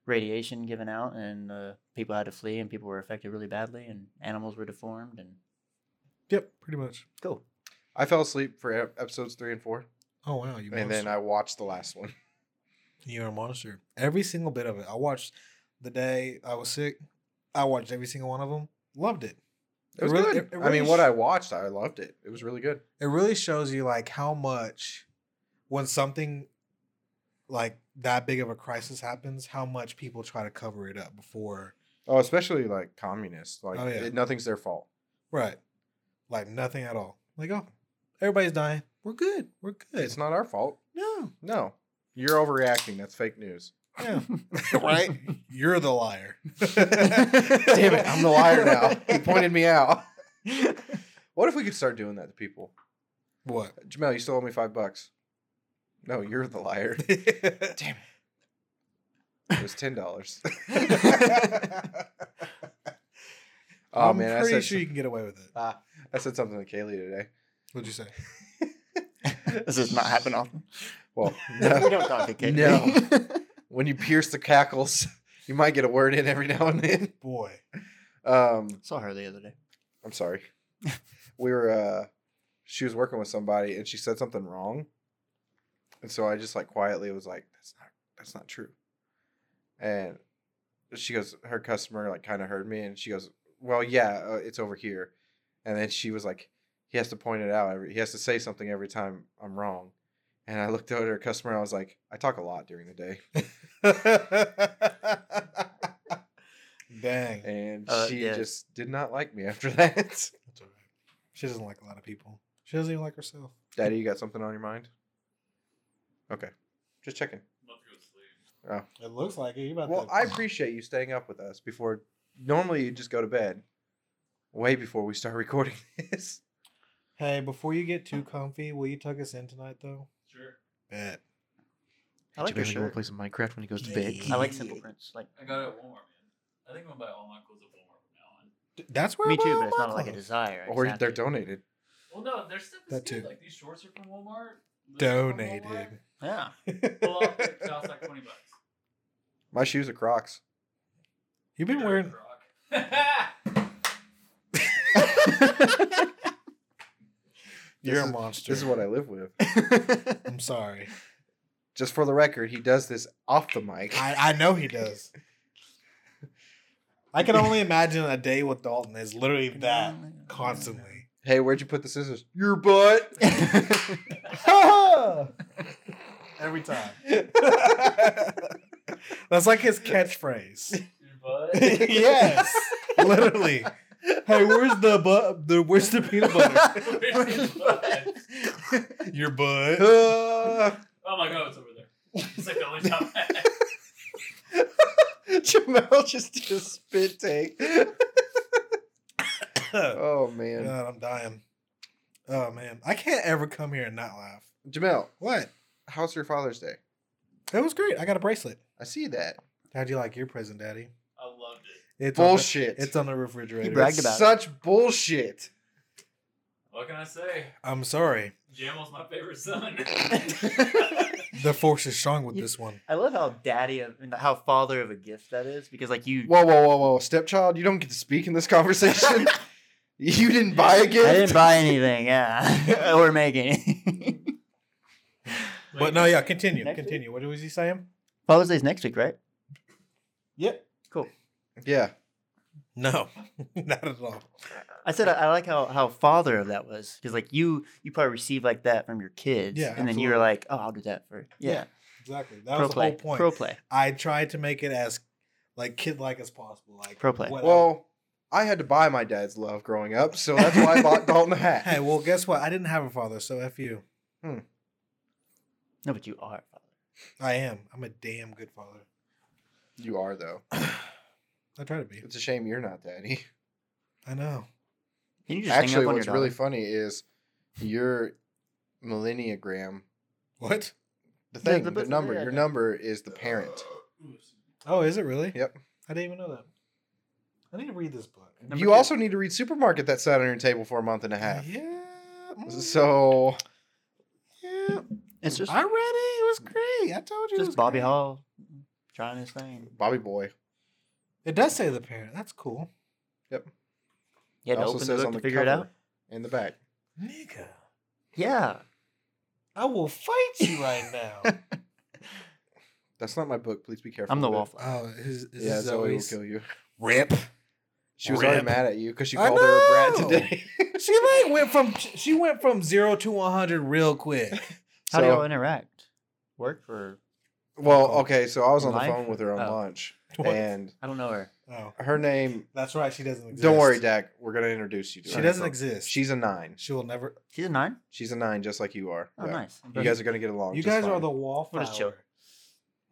Speaker 3: radiation given out, and uh, people had to flee, and people were affected really badly, and animals were deformed, and
Speaker 2: Yep, pretty much.
Speaker 3: cool.
Speaker 1: I fell asleep for ep- episodes three and four,
Speaker 2: Oh wow, you
Speaker 1: and then
Speaker 2: monster.
Speaker 1: I watched the last one.
Speaker 2: You're a monster. Every single bit of it. I watched the day I was sick. I watched every single one of them. Loved it.
Speaker 1: It was
Speaker 2: really-
Speaker 1: good.
Speaker 2: it- it
Speaker 1: I mean,
Speaker 2: really
Speaker 1: what
Speaker 2: sh-
Speaker 1: I watched, I loved it. It was really good.
Speaker 2: it really shows you like how much when something like that big of a crisis happens how much people try to cover it up before
Speaker 1: Oh, especially like communists. Like
Speaker 2: Oh, yeah.
Speaker 1: it, nothing's their fault.
Speaker 2: right like nothing at all like oh everybody's dying we're good we're good
Speaker 1: It's not our fault.
Speaker 2: no
Speaker 1: No, you're overreacting. That's fake news.
Speaker 2: yeah right you're the liar
Speaker 1: Damn it, I'm the liar now. He pointed me out. What if we could start doing that to people?
Speaker 2: what
Speaker 1: Jamel, you still owe me five bucks. No, you're the liar.
Speaker 2: damn
Speaker 1: It was ten dollars. oh
Speaker 2: i'm
Speaker 1: man, I
Speaker 2: pretty
Speaker 1: said,
Speaker 2: sure you can get away with it
Speaker 1: Ah, I said something to Kaylee today.
Speaker 2: what'd you say
Speaker 3: this does not happen often.
Speaker 1: Well,
Speaker 3: We
Speaker 1: no.
Speaker 3: don't talk to Kate.
Speaker 1: No. when you pierce the cackles, you might get a word in every now and then.
Speaker 2: boy
Speaker 1: Um,
Speaker 3: saw her the other day.
Speaker 1: I'm sorry. we were uh she was working with somebody and she said something wrong. And so I just like quietly was like, That's not that's not true. And she goes, her customer like kind of heard me and she goes, Well, yeah, uh, it's over here. And then she was like, He has to point it out. Every, he has to say something every time I'm wrong. And I looked over at her customer and I was like, I talk a lot during the day.
Speaker 2: dang
Speaker 1: And
Speaker 3: Uh,
Speaker 1: she
Speaker 3: yeah.
Speaker 1: just did not like me after that.
Speaker 2: That's all right. She doesn't like a lot of people. She doesn't even like herself.
Speaker 1: Daddy, you got something on your mind? Okay. Just checking.
Speaker 4: Love to go to sleep.
Speaker 2: It looks like it. You about
Speaker 1: Well, I appreciate you staying up with us before. Normally, you just go to bed way before we start recording this.
Speaker 2: hey, before you get too comfy, will you tuck us in tonight, though?
Speaker 4: Sure.
Speaker 2: Bet.
Speaker 3: I like her shirt.
Speaker 1: play some Minecraft when he goes
Speaker 2: to bed?
Speaker 3: I like Simple Prints. Like
Speaker 4: I got it at Walmart, man. I think I'm gonna buy all my clothes at Walmart from now on.
Speaker 2: That's where
Speaker 3: me
Speaker 2: I buy
Speaker 3: too,
Speaker 2: all
Speaker 3: but it's
Speaker 2: my
Speaker 3: not like a
Speaker 2: clothes.
Speaker 3: desire.
Speaker 1: Or they're
Speaker 3: exactly.
Speaker 1: donated.
Speaker 4: Well, no, their stuff is
Speaker 2: That
Speaker 4: good.
Speaker 2: too.
Speaker 4: Like these shorts are from Walmart. This is from
Speaker 2: Donated.
Speaker 4: Walmart.
Speaker 3: Yeah.
Speaker 4: Full outfit costs like twenty bucks.
Speaker 1: My shoes are Crocs.
Speaker 2: You've been
Speaker 4: They're
Speaker 2: wearing.
Speaker 4: Croc. this
Speaker 1: This
Speaker 2: You're a
Speaker 1: is-
Speaker 2: monster.
Speaker 1: This is what I live with.
Speaker 2: I'm sorry.
Speaker 1: Just for the record, he does this off the mic.
Speaker 2: I, I know he does. I can only imagine a day with Dalton is literally that constantly.
Speaker 1: Hey, where'd you put the scissors? Your butt.
Speaker 2: Every time. That's like his catchphrase.
Speaker 4: Your butt.
Speaker 2: yes, literally. Hey, where's the bu- the where's the peanut butter?
Speaker 4: Where's your butt?
Speaker 2: Your butt.
Speaker 1: Uh,
Speaker 4: Oh my god, it's over there. It's like the only time.
Speaker 1: Jamel just did a spit take. Oh man,
Speaker 2: God, I'm dying. Oh man, I can't ever come here and not laugh.
Speaker 1: Jamel,
Speaker 2: What?
Speaker 1: how's your Father's Day?
Speaker 2: It was great. I got a bracelet.
Speaker 1: I see that.
Speaker 2: How'd you like your present, Daddy?
Speaker 4: I loved it.
Speaker 2: It's on the-
Speaker 1: Bullshit.
Speaker 2: it's on the refrigerator.
Speaker 3: He bragged
Speaker 1: It's
Speaker 3: about it.
Speaker 1: such bullshit.
Speaker 4: What can I say?
Speaker 2: I'm sorry.
Speaker 4: Jamel's my favorite son.
Speaker 2: The force is strong with
Speaker 3: You-
Speaker 2: this one.
Speaker 3: I love how daddy of and how father of a gift that is because like you
Speaker 1: Whoa, whoa, whoa, whoa, stepchild! You don't get to speak in this conversation. you didn't buy a gift.
Speaker 3: I didn't buy anything, yeah. or make anything.
Speaker 2: But no, yeah, continue.
Speaker 3: Next week?
Speaker 2: continue. What was he saying?
Speaker 3: Father's Day's next week, right?
Speaker 2: Yep.
Speaker 3: Cool.
Speaker 1: yeah,
Speaker 2: No, not at all.
Speaker 3: I said I, I like how how father of that was because like you you probably receive like that from your kids,
Speaker 2: Yeah,
Speaker 3: and then you were
Speaker 2: absolutely.
Speaker 3: like, oh, I'll do that for yeah.
Speaker 2: Yeah, Exactly. That
Speaker 3: pro
Speaker 2: was
Speaker 3: play,
Speaker 2: the whole point.
Speaker 3: pro play.
Speaker 2: I tried to make it as like kid like as possible. Like
Speaker 3: Pro play.
Speaker 2: what-
Speaker 1: well, I had to buy my dad's love growing up, so that's why I bought Dalton a hat.
Speaker 2: hey, well, guess what? I didn't have a father, so f you.
Speaker 3: No, but you are father.
Speaker 2: I am. I'm a damn good father.
Speaker 1: you are though.
Speaker 2: I try to be.
Speaker 1: It's a shame you're not, Daddy.
Speaker 2: I know.
Speaker 3: Can you just hang
Speaker 1: Actually,
Speaker 3: up on
Speaker 1: what's
Speaker 3: your
Speaker 1: really
Speaker 3: daughter?
Speaker 1: funny is your millenniagram.
Speaker 2: What?
Speaker 1: The
Speaker 3: Yeah,
Speaker 1: thing, the,
Speaker 3: the bus-
Speaker 1: number,
Speaker 3: yeah,
Speaker 1: your
Speaker 3: yeah.
Speaker 1: number is the parent.
Speaker 2: Oh, is it really?
Speaker 1: Yep.
Speaker 2: I didn't even know that. I need to read this book.
Speaker 3: Number
Speaker 1: you
Speaker 3: two.
Speaker 1: also need to read Supermarket that sat on your table for a month and a half.
Speaker 2: Yeah. mm,
Speaker 1: So
Speaker 2: yeah,
Speaker 3: It's just
Speaker 2: I read it. It was great. I told you. it was
Speaker 3: just Bobby
Speaker 2: great.
Speaker 3: Hall trying his thing.
Speaker 1: Bobby Boy.
Speaker 2: It does say the parent. That's cool.
Speaker 3: He had to
Speaker 1: also
Speaker 3: open the
Speaker 1: says
Speaker 3: book
Speaker 1: on
Speaker 3: to
Speaker 1: the
Speaker 3: figure it
Speaker 1: cover.
Speaker 3: out.
Speaker 1: In the back.
Speaker 2: Nigga,
Speaker 3: Yeah.
Speaker 2: I will fight you right now.
Speaker 1: That's not my book. Please be careful.
Speaker 3: I'm the
Speaker 1: with it.
Speaker 3: wallflower.
Speaker 2: oh, his, his
Speaker 1: Yeah, Zoe will
Speaker 2: Zoe's
Speaker 1: kill you.
Speaker 2: rip.
Speaker 1: She was already
Speaker 2: Rip.
Speaker 1: mad at you because she
Speaker 2: I
Speaker 1: called her a brat
Speaker 2: know!
Speaker 1: today.
Speaker 2: She like went from she went from zero to one hundred real quick.
Speaker 3: How do
Speaker 1: So-
Speaker 3: y'all interact? Work or
Speaker 1: Well, okay, so I was on the
Speaker 3: Life?
Speaker 1: phone with her on
Speaker 3: Oh.
Speaker 1: lunch,
Speaker 2: What?
Speaker 1: and
Speaker 3: I don't know her.
Speaker 2: Oh,
Speaker 1: her name.
Speaker 2: that's right. She doesn't. exist.
Speaker 1: Don't worry, Dak. We're gonna introduce you to her.
Speaker 2: She doesn't exist.
Speaker 1: She's a nine.
Speaker 2: she will never.
Speaker 3: She's a nine.
Speaker 1: She's a nine, just like you are.
Speaker 3: Oh,
Speaker 1: Yeah.
Speaker 3: nice.
Speaker 1: You guys are gonna get along.
Speaker 2: You
Speaker 1: just
Speaker 2: guys are
Speaker 1: fine.
Speaker 2: the wallflower.
Speaker 3: Oh, We'll just chill.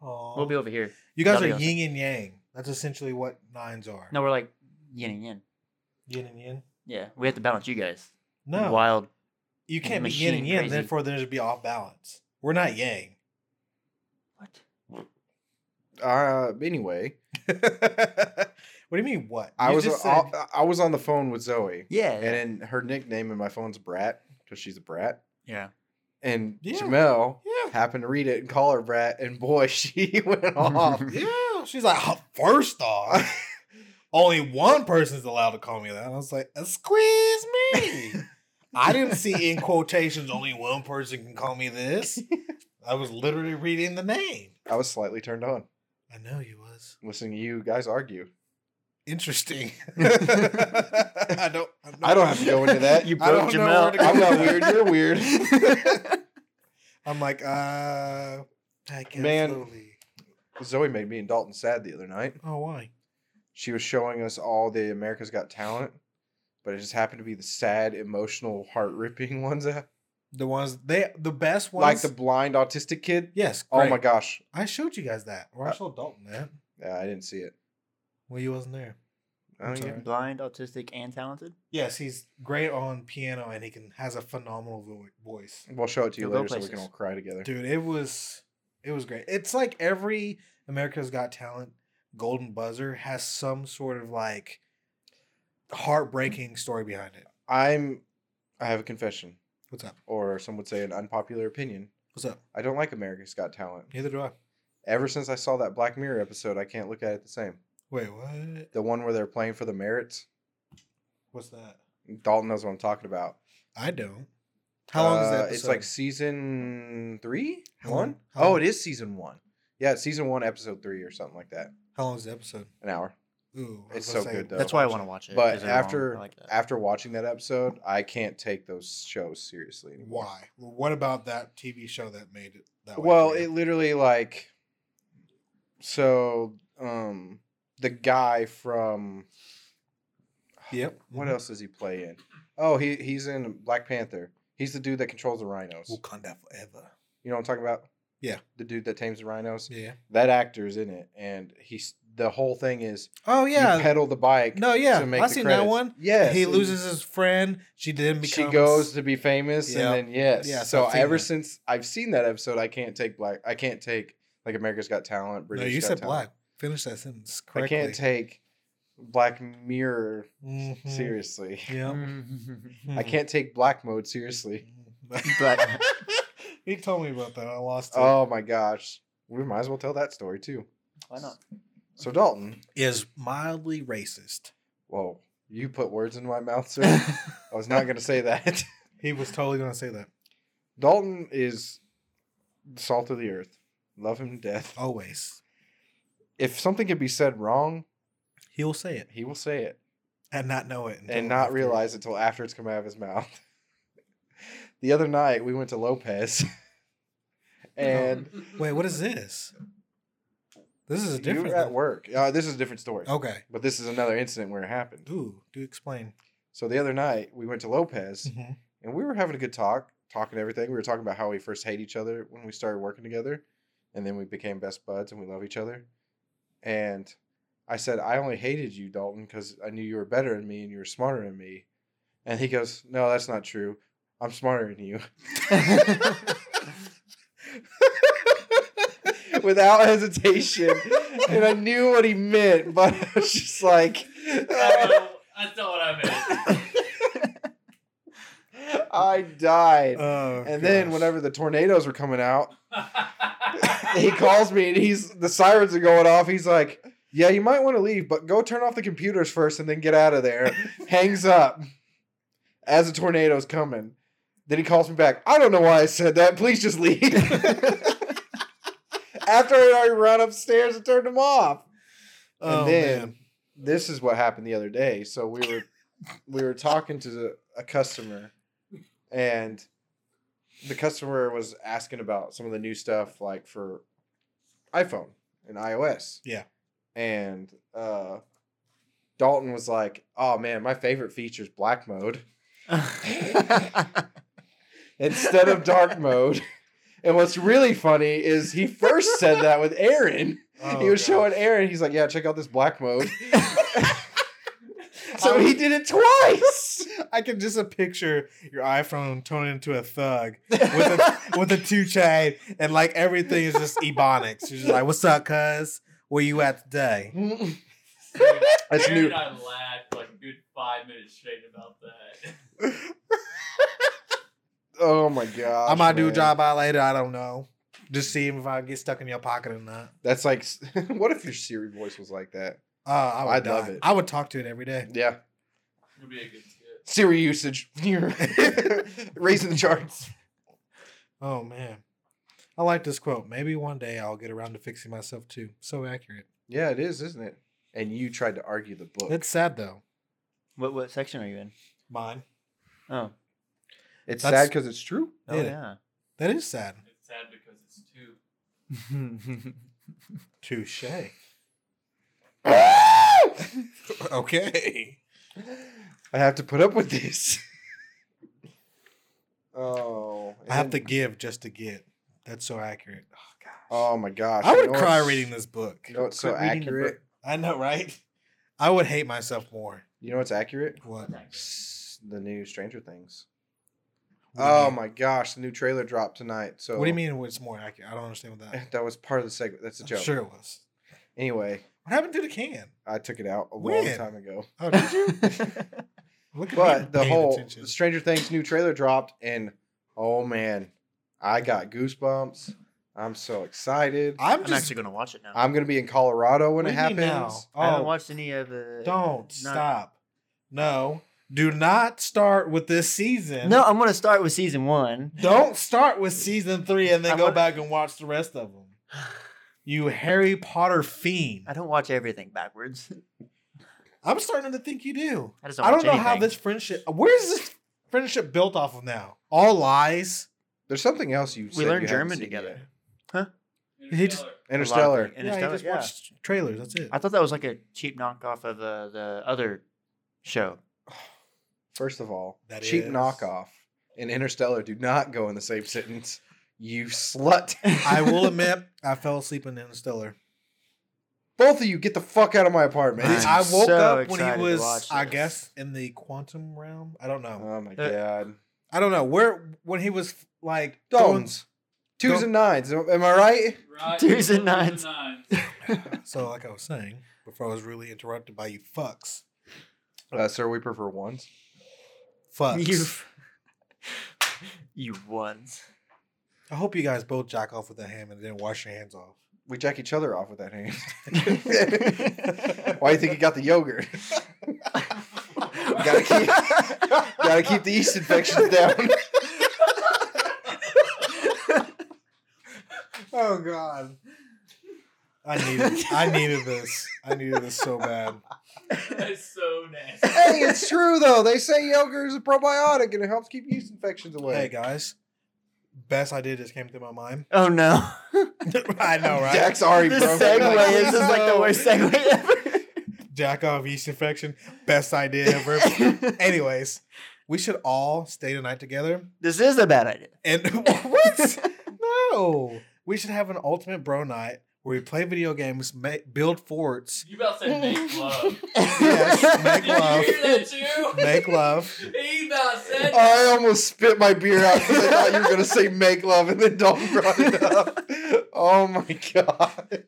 Speaker 2: Aw.
Speaker 3: We'll be over here.
Speaker 2: you guys
Speaker 3: that'll be
Speaker 2: are
Speaker 3: awesome.
Speaker 2: yin and yang. That's essentially what nines are.
Speaker 3: No, we're like yin and yin.
Speaker 2: Yin and yang.
Speaker 3: Yeah, we have to balance you guys.
Speaker 2: No.
Speaker 3: Wild.
Speaker 2: You can't be yin
Speaker 3: machine
Speaker 2: and yang,
Speaker 3: crazy.
Speaker 2: therefore there's be off balance. We're not yang.
Speaker 3: What?
Speaker 1: Uh, anyway,
Speaker 2: what do you mean what?
Speaker 1: I
Speaker 2: You
Speaker 1: was uh,
Speaker 2: just
Speaker 1: I,
Speaker 2: said-
Speaker 1: I was on the phone with Zoe,
Speaker 3: Yeah.
Speaker 1: and then her nickname in my phone's Brat because she's a brat,
Speaker 3: yeah.
Speaker 1: and
Speaker 2: Yeah.
Speaker 1: Jamel
Speaker 2: yeah.
Speaker 1: happened to read it and call her Brat, and boy, she went off.
Speaker 2: Yeah. She's like, "Huh, first off, only one person's allowed to call me that. And I was like, squeeze me. I didn't see in quotations only one person can call me this. I was literally reading the name.
Speaker 1: I was slightly turned on
Speaker 2: I know you was.
Speaker 1: listening to you guys argue.
Speaker 2: Interesting. I don't. I'm
Speaker 1: I don't have to go into that.
Speaker 3: You
Speaker 2: I
Speaker 3: broke
Speaker 2: don't know
Speaker 3: Jamel.
Speaker 2: where to go.
Speaker 1: I'm not weird. You're weird.
Speaker 2: I'm like, uh, take it
Speaker 1: Man.
Speaker 2: slowly.
Speaker 1: Zoe made me and Dalton sad the other night.
Speaker 2: Oh, why?
Speaker 1: She was showing us all the America's Got Talent, but it just happened to be the sad, emotional, heart ripping ones. That,
Speaker 2: The ones they the best ones.
Speaker 1: like the blind autistic kid.
Speaker 2: yes.
Speaker 1: Oh
Speaker 2: great.
Speaker 1: my gosh.
Speaker 2: I showed you guys that, or I
Speaker 1: Uh,
Speaker 2: showed Dalton that.
Speaker 1: Yeah, I didn't see it.
Speaker 2: Well, you wasn't there.
Speaker 1: Oh, yeah.
Speaker 2: sorry.
Speaker 3: Blind, autistic, and talented.
Speaker 2: Yes, he's great on piano, and he can has a phenomenal vo- voice.
Speaker 1: We'll show it to you
Speaker 3: You'll go
Speaker 1: later so we can
Speaker 3: places.
Speaker 1: all cry together.
Speaker 2: Dude, it was it was great. It's like every America's Got Talent Golden Buzzer has some sort of like heartbreaking story behind it.
Speaker 1: I'm I have a confession,
Speaker 2: What's up?
Speaker 1: or some would say an unpopular opinion.
Speaker 2: What's up?
Speaker 1: I don't like America's Got Talent.
Speaker 2: Neither do I.
Speaker 1: Ever since I saw that Black Mirror episode, I can't look at it the same.
Speaker 2: Wait, what?
Speaker 1: The one where they're playing for the merits.
Speaker 2: What's that?
Speaker 1: Dalton knows what I'm talking about.
Speaker 2: I don't. How long is that?
Speaker 1: Uh, It's like season three,
Speaker 2: How
Speaker 1: one.
Speaker 2: long- how
Speaker 1: Oh,
Speaker 2: long-
Speaker 1: it is season one. Yeah, it's season one, episode three, or something like that.
Speaker 2: how long is the episode?
Speaker 1: An hour.
Speaker 2: Ooh, I was
Speaker 1: It's
Speaker 2: gonna
Speaker 1: so
Speaker 2: say,
Speaker 1: good, though.
Speaker 3: That's why I want to watch it.
Speaker 1: But
Speaker 3: 'cause they're long.
Speaker 1: after-
Speaker 3: I like that.
Speaker 1: After watching that episode, I can't take those shows seriously anymore.
Speaker 2: Why? Well, what about that TV show that made it that way?
Speaker 1: well
Speaker 2: for
Speaker 1: it
Speaker 2: you?
Speaker 1: literally like so um the guy from
Speaker 2: yep. mm-hmm.
Speaker 1: what else does he play in oh he he's in black panther he's the dude that controls the rhinos
Speaker 2: Wakanda forever.
Speaker 1: you know what i'm talking about
Speaker 2: Yeah.
Speaker 1: the dude that tames the rhinos
Speaker 2: Yeah.
Speaker 1: that actor's in it and he's the whole thing is
Speaker 2: Oh
Speaker 1: you
Speaker 2: yeah.
Speaker 1: pedal the bike
Speaker 2: No yeah.
Speaker 1: to make
Speaker 2: I
Speaker 1: the
Speaker 2: seen that
Speaker 1: credits.
Speaker 2: one.
Speaker 1: yes
Speaker 2: He
Speaker 1: and
Speaker 2: loses his friend. She then becomes.
Speaker 1: she goes to be famous
Speaker 2: Yeah.
Speaker 1: and then yes
Speaker 2: Yes,
Speaker 1: so
Speaker 2: I've seen
Speaker 1: ever
Speaker 2: that.
Speaker 1: since i've seen that episode i can't take black i can't take like america's got talent british
Speaker 2: no, you
Speaker 1: Got
Speaker 2: said
Speaker 1: Talent.
Speaker 2: black. Finish that sentence correctly.
Speaker 1: I can't take Black Mirror
Speaker 2: Mhm.
Speaker 1: seriously.
Speaker 2: Yeah. Mm-hmm.
Speaker 1: I
Speaker 2: Hmm.
Speaker 1: can't take Black Mode seriously.
Speaker 3: Black-
Speaker 2: he told me about that. I lost it.
Speaker 1: Oh my gosh. We might as well tell that story too.
Speaker 3: why not?
Speaker 1: So Dalton,
Speaker 2: Is mildly racist.
Speaker 1: whoa, you put words in my mouth, sir. I was not going to say that.
Speaker 2: He was totally gonna say that.
Speaker 1: Dalton is the salt of the earth. Love him to death.
Speaker 2: Oh. Always.
Speaker 1: If something can be said wrong,
Speaker 2: He'll say it
Speaker 1: he will say it
Speaker 2: and not know it until
Speaker 1: and not
Speaker 2: after.
Speaker 1: realize it till after it's come out of his mouth. the other night we went to Lopez and
Speaker 2: Wait, what is this? This is a
Speaker 1: you
Speaker 2: different. Oh.
Speaker 1: were at work. Uh, this is a different story.
Speaker 2: Okay.
Speaker 1: But this is another incident where it happened.
Speaker 2: Ooh, do explain.
Speaker 1: So the other night we went to Lopez and we were having a good talk, talking everything. We were talking about how we first hate each other when we started working together, and then we became best buds and we love each other. And I said, I only hated you, Dalton, because I knew you were better than me and you were smarter than me. And he goes, No, that's not true. I'm smarter than you. Without hesitation.
Speaker 2: Mm-hmm.
Speaker 1: and I knew what he meant, but I was just like
Speaker 4: That's not what I meant.
Speaker 1: I I died.
Speaker 2: Oh,
Speaker 1: and then
Speaker 2: gosh.
Speaker 1: whenever the tornadoes were coming out, he calls me and he's the sirens are going off. He's like, "Yeah, you might want to leave, but go turn off the computers first and then get out of there." Hangs up as the tornado's coming. Then he calls me back. I don't know why I said that. Please just leave. After I already run upstairs and turned them off.
Speaker 2: Oh,
Speaker 1: and then
Speaker 2: man.
Speaker 1: this is what happened the other day. So we were we were talking to the- a customer, and the customer was asking about some of the new stuff, like for iPhone and iOS.
Speaker 2: Yeah.
Speaker 1: And uh, Dalton was like, "Oh man, my favorite feature is black mode instead of dark mode." And what's really funny is he first said that with Aaron.
Speaker 2: Oh,
Speaker 1: he was
Speaker 2: gosh.
Speaker 1: showing Aaron. He's like, "Yeah, check out this black mode." so he did it twice.
Speaker 2: I can just a picture your iPhone turning into a thug with a, with a two chain and like everything is just ebonics. You're just like, "What's up, cuz? Where you at today?"
Speaker 1: That's
Speaker 4: Aaron
Speaker 1: new.
Speaker 4: and I laughed like a good five minutes straight about that.
Speaker 1: Oh my god!
Speaker 2: I might do a drive by later. I don't know. Just see if I get stuck in your pocket or not.
Speaker 1: That's like, what if your Siri voice was like that?
Speaker 2: Uh, I would
Speaker 1: I'd love
Speaker 2: die.
Speaker 1: it.
Speaker 2: I would talk to it every day.
Speaker 1: Yeah,
Speaker 4: It'll be a good skit.
Speaker 1: Siri usage, you're raising the charts.
Speaker 2: Oh man, I like this quote. Maybe one day I'll get around to fixing myself too. So accurate.
Speaker 1: Yeah, it is, isn't it? And you tried to argue the book.
Speaker 2: It's sad though.
Speaker 3: what what section are you in?
Speaker 2: Mine.
Speaker 3: Oh,
Speaker 1: it's
Speaker 2: that's-
Speaker 1: sad because it's true.
Speaker 3: oh
Speaker 2: Yeah.
Speaker 3: yeah.
Speaker 2: That is sad.
Speaker 4: It's sad because it's two.
Speaker 2: Touche.
Speaker 1: I
Speaker 2: Okay.
Speaker 1: have to put up with this. oh,
Speaker 2: I have
Speaker 1: and-
Speaker 2: to give just to get. That's so accurate. Oh,
Speaker 1: Oh my gosh!
Speaker 2: gosh. I
Speaker 1: you
Speaker 2: would
Speaker 1: know
Speaker 2: cry
Speaker 1: what's-
Speaker 2: reading this book.
Speaker 1: You know what's so
Speaker 3: Quit reading the book.
Speaker 1: accurate?
Speaker 2: I know, right? I would hate myself more.
Speaker 1: You know what's accurate?
Speaker 2: What?
Speaker 1: S- The new Stranger Things.
Speaker 2: What do you
Speaker 1: Oh
Speaker 2: mean?
Speaker 1: my gosh! The new trailer dropped tonight. So
Speaker 2: What do you mean it's more accurate? I don't understand what that.
Speaker 1: That was part of the segment. That's a
Speaker 2: I'm
Speaker 1: joke.
Speaker 2: sure it was.
Speaker 1: Anyway,
Speaker 2: What happened to the can?
Speaker 1: I took it out a long
Speaker 2: When?
Speaker 1: time ago.
Speaker 2: Oh, did you? Look at me
Speaker 1: But the
Speaker 2: paying
Speaker 1: whole
Speaker 2: attention.
Speaker 1: Stranger Things new trailer dropped, and oh man, I got goosebumps. I'm so excited.
Speaker 2: I'm
Speaker 3: I'm
Speaker 2: just.
Speaker 3: actually gonna watch it now.
Speaker 1: I'm gonna be in Colorado when
Speaker 2: What
Speaker 1: it
Speaker 2: do you mean
Speaker 1: happens.
Speaker 2: now?
Speaker 3: I haven't
Speaker 2: Oh,
Speaker 3: watched any of the.
Speaker 2: Don't stop. No, do not start with this season.
Speaker 3: No, I'm gonna start with season one.
Speaker 2: don't start with season three and then
Speaker 3: I
Speaker 2: go
Speaker 3: wanna-
Speaker 2: back and watch the rest of them. You Harry Potter fiend.
Speaker 3: I don't watch everything backwards.
Speaker 2: I'm starting to think you do.
Speaker 3: I just don't.
Speaker 2: I don't
Speaker 3: watch
Speaker 2: know how
Speaker 3: anything.
Speaker 2: this friendship. Where is this friendship built off of now? All lies.
Speaker 1: There's something else you. said
Speaker 3: We
Speaker 1: you
Speaker 3: learned
Speaker 1: haven't
Speaker 3: German
Speaker 1: seen
Speaker 3: together.
Speaker 1: yet.
Speaker 2: He just-
Speaker 4: Interstellar.
Speaker 3: A lot
Speaker 1: Interstellar.
Speaker 3: of things.
Speaker 2: yeah, you
Speaker 3: Interstellar.
Speaker 2: just
Speaker 3: Yeah,
Speaker 2: watched trailers. That's it.
Speaker 3: I thought that was like a cheap knockoff of uh, the other show.
Speaker 1: First of all,
Speaker 2: That
Speaker 1: cheap
Speaker 2: is-
Speaker 1: knockoff and Interstellar do not go in the same sentence. You slut.
Speaker 2: I will admit, I fell asleep in Interstellar.
Speaker 1: Both of you get the fuck out of my apartment.
Speaker 3: I'm
Speaker 2: I woke
Speaker 3: so
Speaker 2: up when
Speaker 3: excited
Speaker 2: he
Speaker 3: to
Speaker 2: was,
Speaker 3: watch
Speaker 2: I
Speaker 3: this.
Speaker 2: guess, in the quantum realm. I don't know.
Speaker 1: Oh my
Speaker 3: Uh,
Speaker 1: god.
Speaker 2: I don't know where when he was like throwing-
Speaker 1: Dones. Twos
Speaker 2: Don't-
Speaker 1: and nines. Am am I right?
Speaker 4: Right,
Speaker 3: Twos and
Speaker 4: Interstellar
Speaker 3: nines.
Speaker 4: nines.
Speaker 2: So, like I was saying before, I was really interrupted by you fucks.
Speaker 1: Uh, sir, we prefer ones.
Speaker 2: Fucks.
Speaker 3: You, you ones.
Speaker 2: I hope you guys both jack off with that ham and then wash your hands off.
Speaker 1: We jack each other off with that hand. Why do you think you got the yogurt? gotta keep, gotta keep the yeast infections down.
Speaker 2: Oh God. I needed I needed this. I needed this so bad.
Speaker 4: That's so nasty.
Speaker 1: hey, it's true though. They say yogurt is a probiotic and it helps keep yeast infections away.
Speaker 2: Hey guys. Best idea just came through my mind.
Speaker 3: Oh no!
Speaker 2: I know, right?
Speaker 1: Jack's already
Speaker 3: this
Speaker 1: broken.
Speaker 3: segue is just like the worst segue ever.
Speaker 2: Jack off yeast infection. Best idea ever. Anyways, we should all stay tonight together.
Speaker 3: this is a bad idea.
Speaker 2: And what? no. We should have an ultimate bro night where we play video games, ma- build forts,
Speaker 4: You about to say make love.
Speaker 2: Yes, make
Speaker 4: Did you
Speaker 2: love.
Speaker 4: hear that too?
Speaker 2: make love.
Speaker 4: He about said
Speaker 1: I almost spit my beer out because I thought you were gonna say make love, and then Dalton brought it up. Oh my god!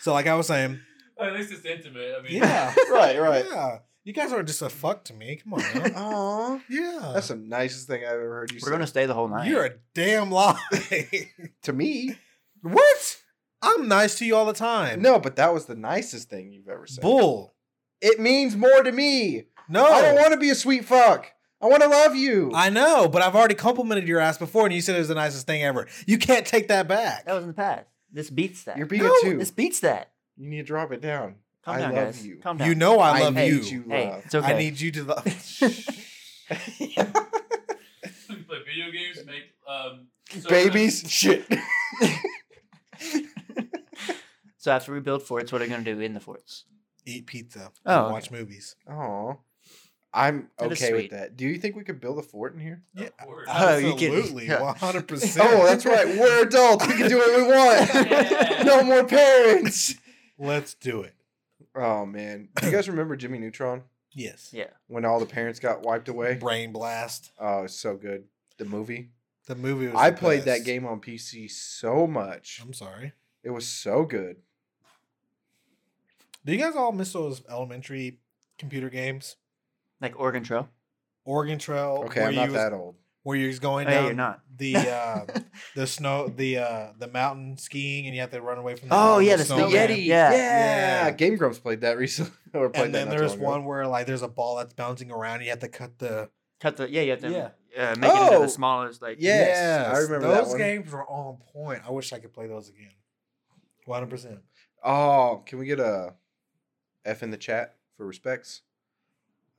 Speaker 2: So, like I was saying,
Speaker 4: Well, at least it's intimate. I mean,
Speaker 2: yeah.
Speaker 1: Right, right.
Speaker 2: Yeah. You guys are just a fuck to me. Come on, man.
Speaker 1: Aw,
Speaker 2: yeah.
Speaker 1: that's the nicest thing I've ever heard you say.
Speaker 3: We're gonna stay the whole night.
Speaker 2: You're a damn lie.
Speaker 1: To me,
Speaker 2: what? I'm nice to you all the time.
Speaker 1: no, but that was the nicest thing you've ever said.
Speaker 2: Bull.
Speaker 1: It means more to me.
Speaker 2: No.
Speaker 1: I
Speaker 3: Oh.
Speaker 1: don't want to be a sweet fuck. I want to love you.
Speaker 2: I know, but I've already complimented your ass before, and you said it was the nicest thing ever. You can't take that back.
Speaker 3: that was in the past. This beats that.
Speaker 1: You're being
Speaker 2: No,
Speaker 1: a two.
Speaker 3: This beats that.
Speaker 1: You need to drop it down.
Speaker 3: Calm
Speaker 1: I
Speaker 3: down,
Speaker 1: love
Speaker 3: guys.
Speaker 1: you.
Speaker 3: Calm down.
Speaker 2: you know I
Speaker 1: I
Speaker 2: love you.
Speaker 1: hate you.
Speaker 3: Hey,
Speaker 1: love.
Speaker 3: it's okay.
Speaker 2: I need you to love.
Speaker 4: We play video games, make um, soda.
Speaker 1: Babies, shit.
Speaker 3: so after we build forts, what are we gonna do in the forts?
Speaker 2: Eat pizza.
Speaker 3: Oh,
Speaker 2: and
Speaker 3: okay.
Speaker 2: watch movies.
Speaker 1: Aw. I'm
Speaker 3: That is
Speaker 1: okay with
Speaker 3: sweet.
Speaker 1: that. Do you think we could build a fort in here?
Speaker 4: Of
Speaker 2: Yeah,
Speaker 4: course.
Speaker 3: Uh, you kidding?
Speaker 2: Absolutely,
Speaker 3: Yeah.
Speaker 2: one hundred percent.
Speaker 1: Oh, that's right. We're adults. We can do what we want. no more parents.
Speaker 2: Let's do it.
Speaker 1: Oh man, do you guys remember Jimmy Neutron
Speaker 2: Yes.
Speaker 3: Yeah.
Speaker 1: when all the parents got wiped away?
Speaker 2: Brain blast.
Speaker 1: Oh, it's so good. The movie.
Speaker 2: The movie. Was
Speaker 1: I
Speaker 2: the
Speaker 1: played that
Speaker 2: best.
Speaker 1: game on PC so much.
Speaker 2: I'm sorry.
Speaker 1: It was so good.
Speaker 2: Do you guys all miss those elementary computer games?
Speaker 3: Like Oregon Trail.
Speaker 2: Oregon Trail.
Speaker 1: Okay,
Speaker 2: where
Speaker 1: I'm
Speaker 2: you
Speaker 1: not
Speaker 2: was-
Speaker 1: that old.
Speaker 2: Where you're just going
Speaker 3: Hey,
Speaker 2: down
Speaker 3: Oh, you're not.
Speaker 2: the uh, the snow, the uh, the mountain skiing, and you have to run away from. The
Speaker 3: Oh, yeah,
Speaker 2: the
Speaker 3: the snow
Speaker 2: snowman.
Speaker 3: Yeti.
Speaker 1: Yeah.
Speaker 3: Yeah.
Speaker 2: Yeah.
Speaker 1: Game Grumps played that recently. or played
Speaker 2: And
Speaker 1: that
Speaker 2: then
Speaker 1: not too
Speaker 2: there's
Speaker 1: long ago.
Speaker 2: one where like there's a ball that's bouncing around. And you have to cut the.
Speaker 3: Cut the yeah. You have to
Speaker 2: Yeah.
Speaker 3: uh, make it into
Speaker 1: Oh!
Speaker 3: the smallest. Like
Speaker 1: Yeah. Yes, I remember that
Speaker 2: those
Speaker 1: one.
Speaker 2: games were on point. I wish I could play those again. One hundred percent.
Speaker 1: Oh, can we get a F in the chat for respects?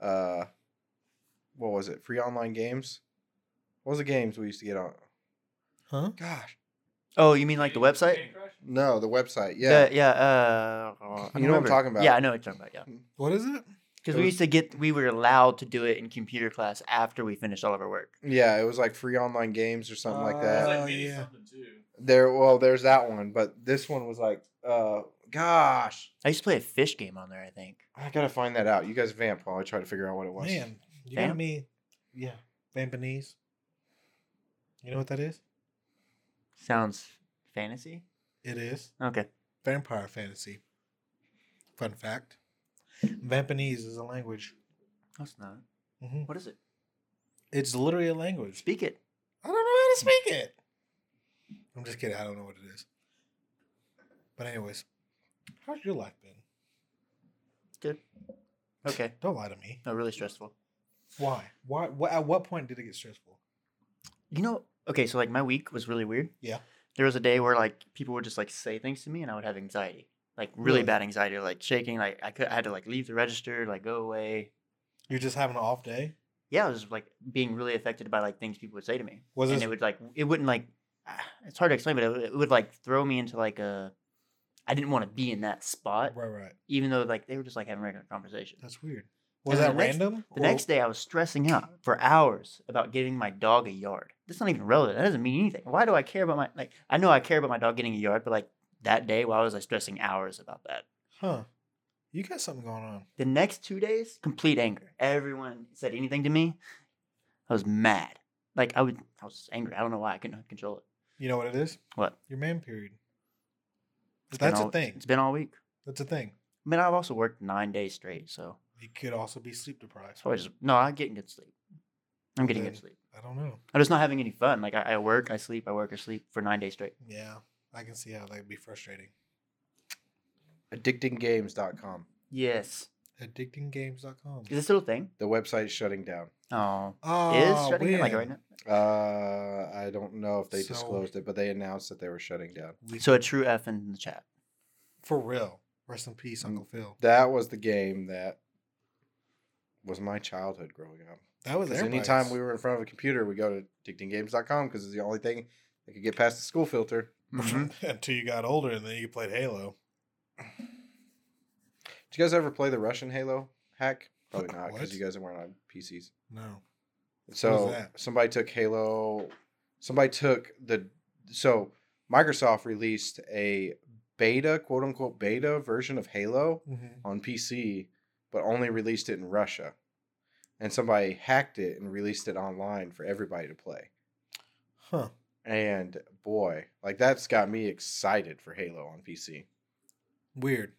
Speaker 1: Uh, what was it? Free online games. What was the games we used to get on?
Speaker 2: Huh?
Speaker 1: Gosh,
Speaker 3: Oh, you mean like the website?
Speaker 4: Candy Crush?
Speaker 1: no, the website. Yeah,
Speaker 3: The- yeah. Uh, I don't
Speaker 1: You know what I'm
Speaker 3: remember.
Speaker 1: talking about.
Speaker 3: Yeah, I know what you're talking about. Yeah.
Speaker 2: What is it?
Speaker 3: Because
Speaker 1: It
Speaker 3: we
Speaker 1: was-
Speaker 3: used to get, we were allowed to do it in computer class after we finished all of our work.
Speaker 1: yeah, it was like free online games or something like
Speaker 4: It's
Speaker 1: that.
Speaker 4: like
Speaker 2: Oh,
Speaker 4: mini
Speaker 2: yeah.
Speaker 4: something too.
Speaker 1: There, well, there's that one, but this one was like, uh, gosh,
Speaker 3: I used to play a fish game on there. I think.
Speaker 1: I gotta find that out. You guys vamp while I try to figure out what it was.
Speaker 2: Man, you got
Speaker 3: Vamp?
Speaker 2: me. Yeah, Vampanese. You know what that is?
Speaker 3: Sounds fantasy.
Speaker 2: It is.
Speaker 3: Okay.
Speaker 2: Vampire fantasy. Fun fact. Vampanese is a language.
Speaker 3: No, it's not.
Speaker 2: Mhm.
Speaker 3: What is it?
Speaker 2: It's literally a language.
Speaker 3: Speak it.
Speaker 2: I don't know how to speak it. I'm just kidding. I don't know what it is. But anyways, how's your life been?
Speaker 3: Good. Okay.
Speaker 2: Don't lie to me.
Speaker 3: No, really stressful.
Speaker 2: Why? Why? What, at what point did it get stressful?
Speaker 3: You know. Okay, so like my week was really weird.
Speaker 2: Yeah.
Speaker 3: There was a day where like people would just like say things to me, and I would have anxiety, like really,
Speaker 2: Really?
Speaker 3: bad anxiety, like shaking. Like I could, I had to like leave the register, like go away.
Speaker 2: You're just having an off day.
Speaker 3: Yeah, I was like being really affected by like things people would say to me.
Speaker 2: Was
Speaker 3: and
Speaker 2: this-
Speaker 3: it would like it wouldn't like it's hard to explain but it, would- it would like throw me into like a i didn't want to be in that spot
Speaker 2: Right, right.
Speaker 3: even though like they were just like having regular conversation
Speaker 2: That's weird. Was
Speaker 3: then
Speaker 2: that
Speaker 3: the next-
Speaker 2: random?
Speaker 3: the next day i was stressing out for hours about giving my dog a yard that's not even relevant that doesn't mean anything why do i care about my like i know i care about my dog getting a yard but like that day why was i stressing hours about that
Speaker 2: Huh. You got something going on.
Speaker 3: the next two days complete anger everyone said anything to me i was mad like i would i was angry i don't know why i couldn't control it
Speaker 2: You know what it is?
Speaker 3: what
Speaker 2: Your man period.
Speaker 3: It's been
Speaker 2: That's a
Speaker 3: all-
Speaker 2: thing.
Speaker 3: it's been all week
Speaker 2: That's a thing.
Speaker 3: I mean, I've also worked nine days straight, so
Speaker 2: You could also be sleep deprived.
Speaker 3: so I just no, I'm getting good sleep. I'm getting good
Speaker 2: Then-
Speaker 3: sleep.
Speaker 2: I don't know.
Speaker 3: I'm just not having any fun. Like I, I work, I sleep, I work or sleep for nine days straight.
Speaker 2: Yeah, I can see how that would be frustrating.
Speaker 1: Addictinggames.com.
Speaker 3: Yes,
Speaker 2: Addictinggames.com.
Speaker 3: is this still a thing?
Speaker 1: The website's shutting down.
Speaker 3: Oh,
Speaker 2: Oh,
Speaker 3: is shutting down, like right now.
Speaker 1: Uh, I don't know if they
Speaker 2: So-
Speaker 1: disclosed it, but they announced that they were shutting down.
Speaker 2: We-
Speaker 3: So a true F in the chat.
Speaker 2: for real. Rest in peace, Uncle Phil.
Speaker 1: That was the game that was my childhood growing up.
Speaker 2: That was
Speaker 1: Because
Speaker 2: everybody's.
Speaker 1: anytime we were in front of a computer, we go to addictinggames.com because it's the only thing that could get past the school filter.
Speaker 2: Mm-hmm.
Speaker 3: Mm-hmm.
Speaker 2: until you got older, and then you played Halo.
Speaker 1: Did you guys ever play the Russian Halo hack? Probably not
Speaker 2: What?
Speaker 1: because you guys weren't on PCs.
Speaker 2: No,
Speaker 1: So
Speaker 2: that?
Speaker 1: somebody took Halo. Somebody took the. So Microsoft released a beta, quote unquote beta version of Halo.
Speaker 2: Mm-hmm.
Speaker 1: on PC, but only released it in Russia. And somebody hacked it and released it online for everybody to play.
Speaker 2: huh?
Speaker 1: And boy, like that's got me excited for Halo on PC.
Speaker 2: Weird.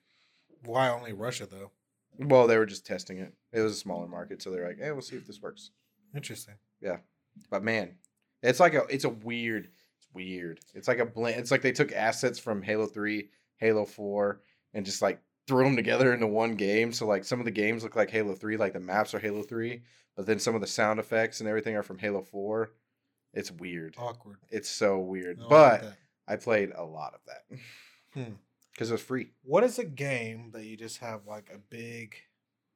Speaker 2: Why only Russia though?
Speaker 1: Well, they were just testing it. It was a smaller market, so they're like, "Hey, we'll see if this works."
Speaker 2: Interesting.
Speaker 1: But man, it's like a it's a weird it's weird. It's like a blend. It's like they took assets from Halo Three, Halo Four, and just like threw them together into one game. So like some of the games look like Halo Three, like the maps are Halo Three, but then some of the sound effects and everything are from Halo Four. It's weird.
Speaker 2: Awkward.
Speaker 1: It's so weird.
Speaker 2: No, Oh. I like
Speaker 1: but
Speaker 2: that.
Speaker 1: I played a lot of that
Speaker 2: Hmm.
Speaker 1: because it was free.
Speaker 2: what is a game that you just have like a big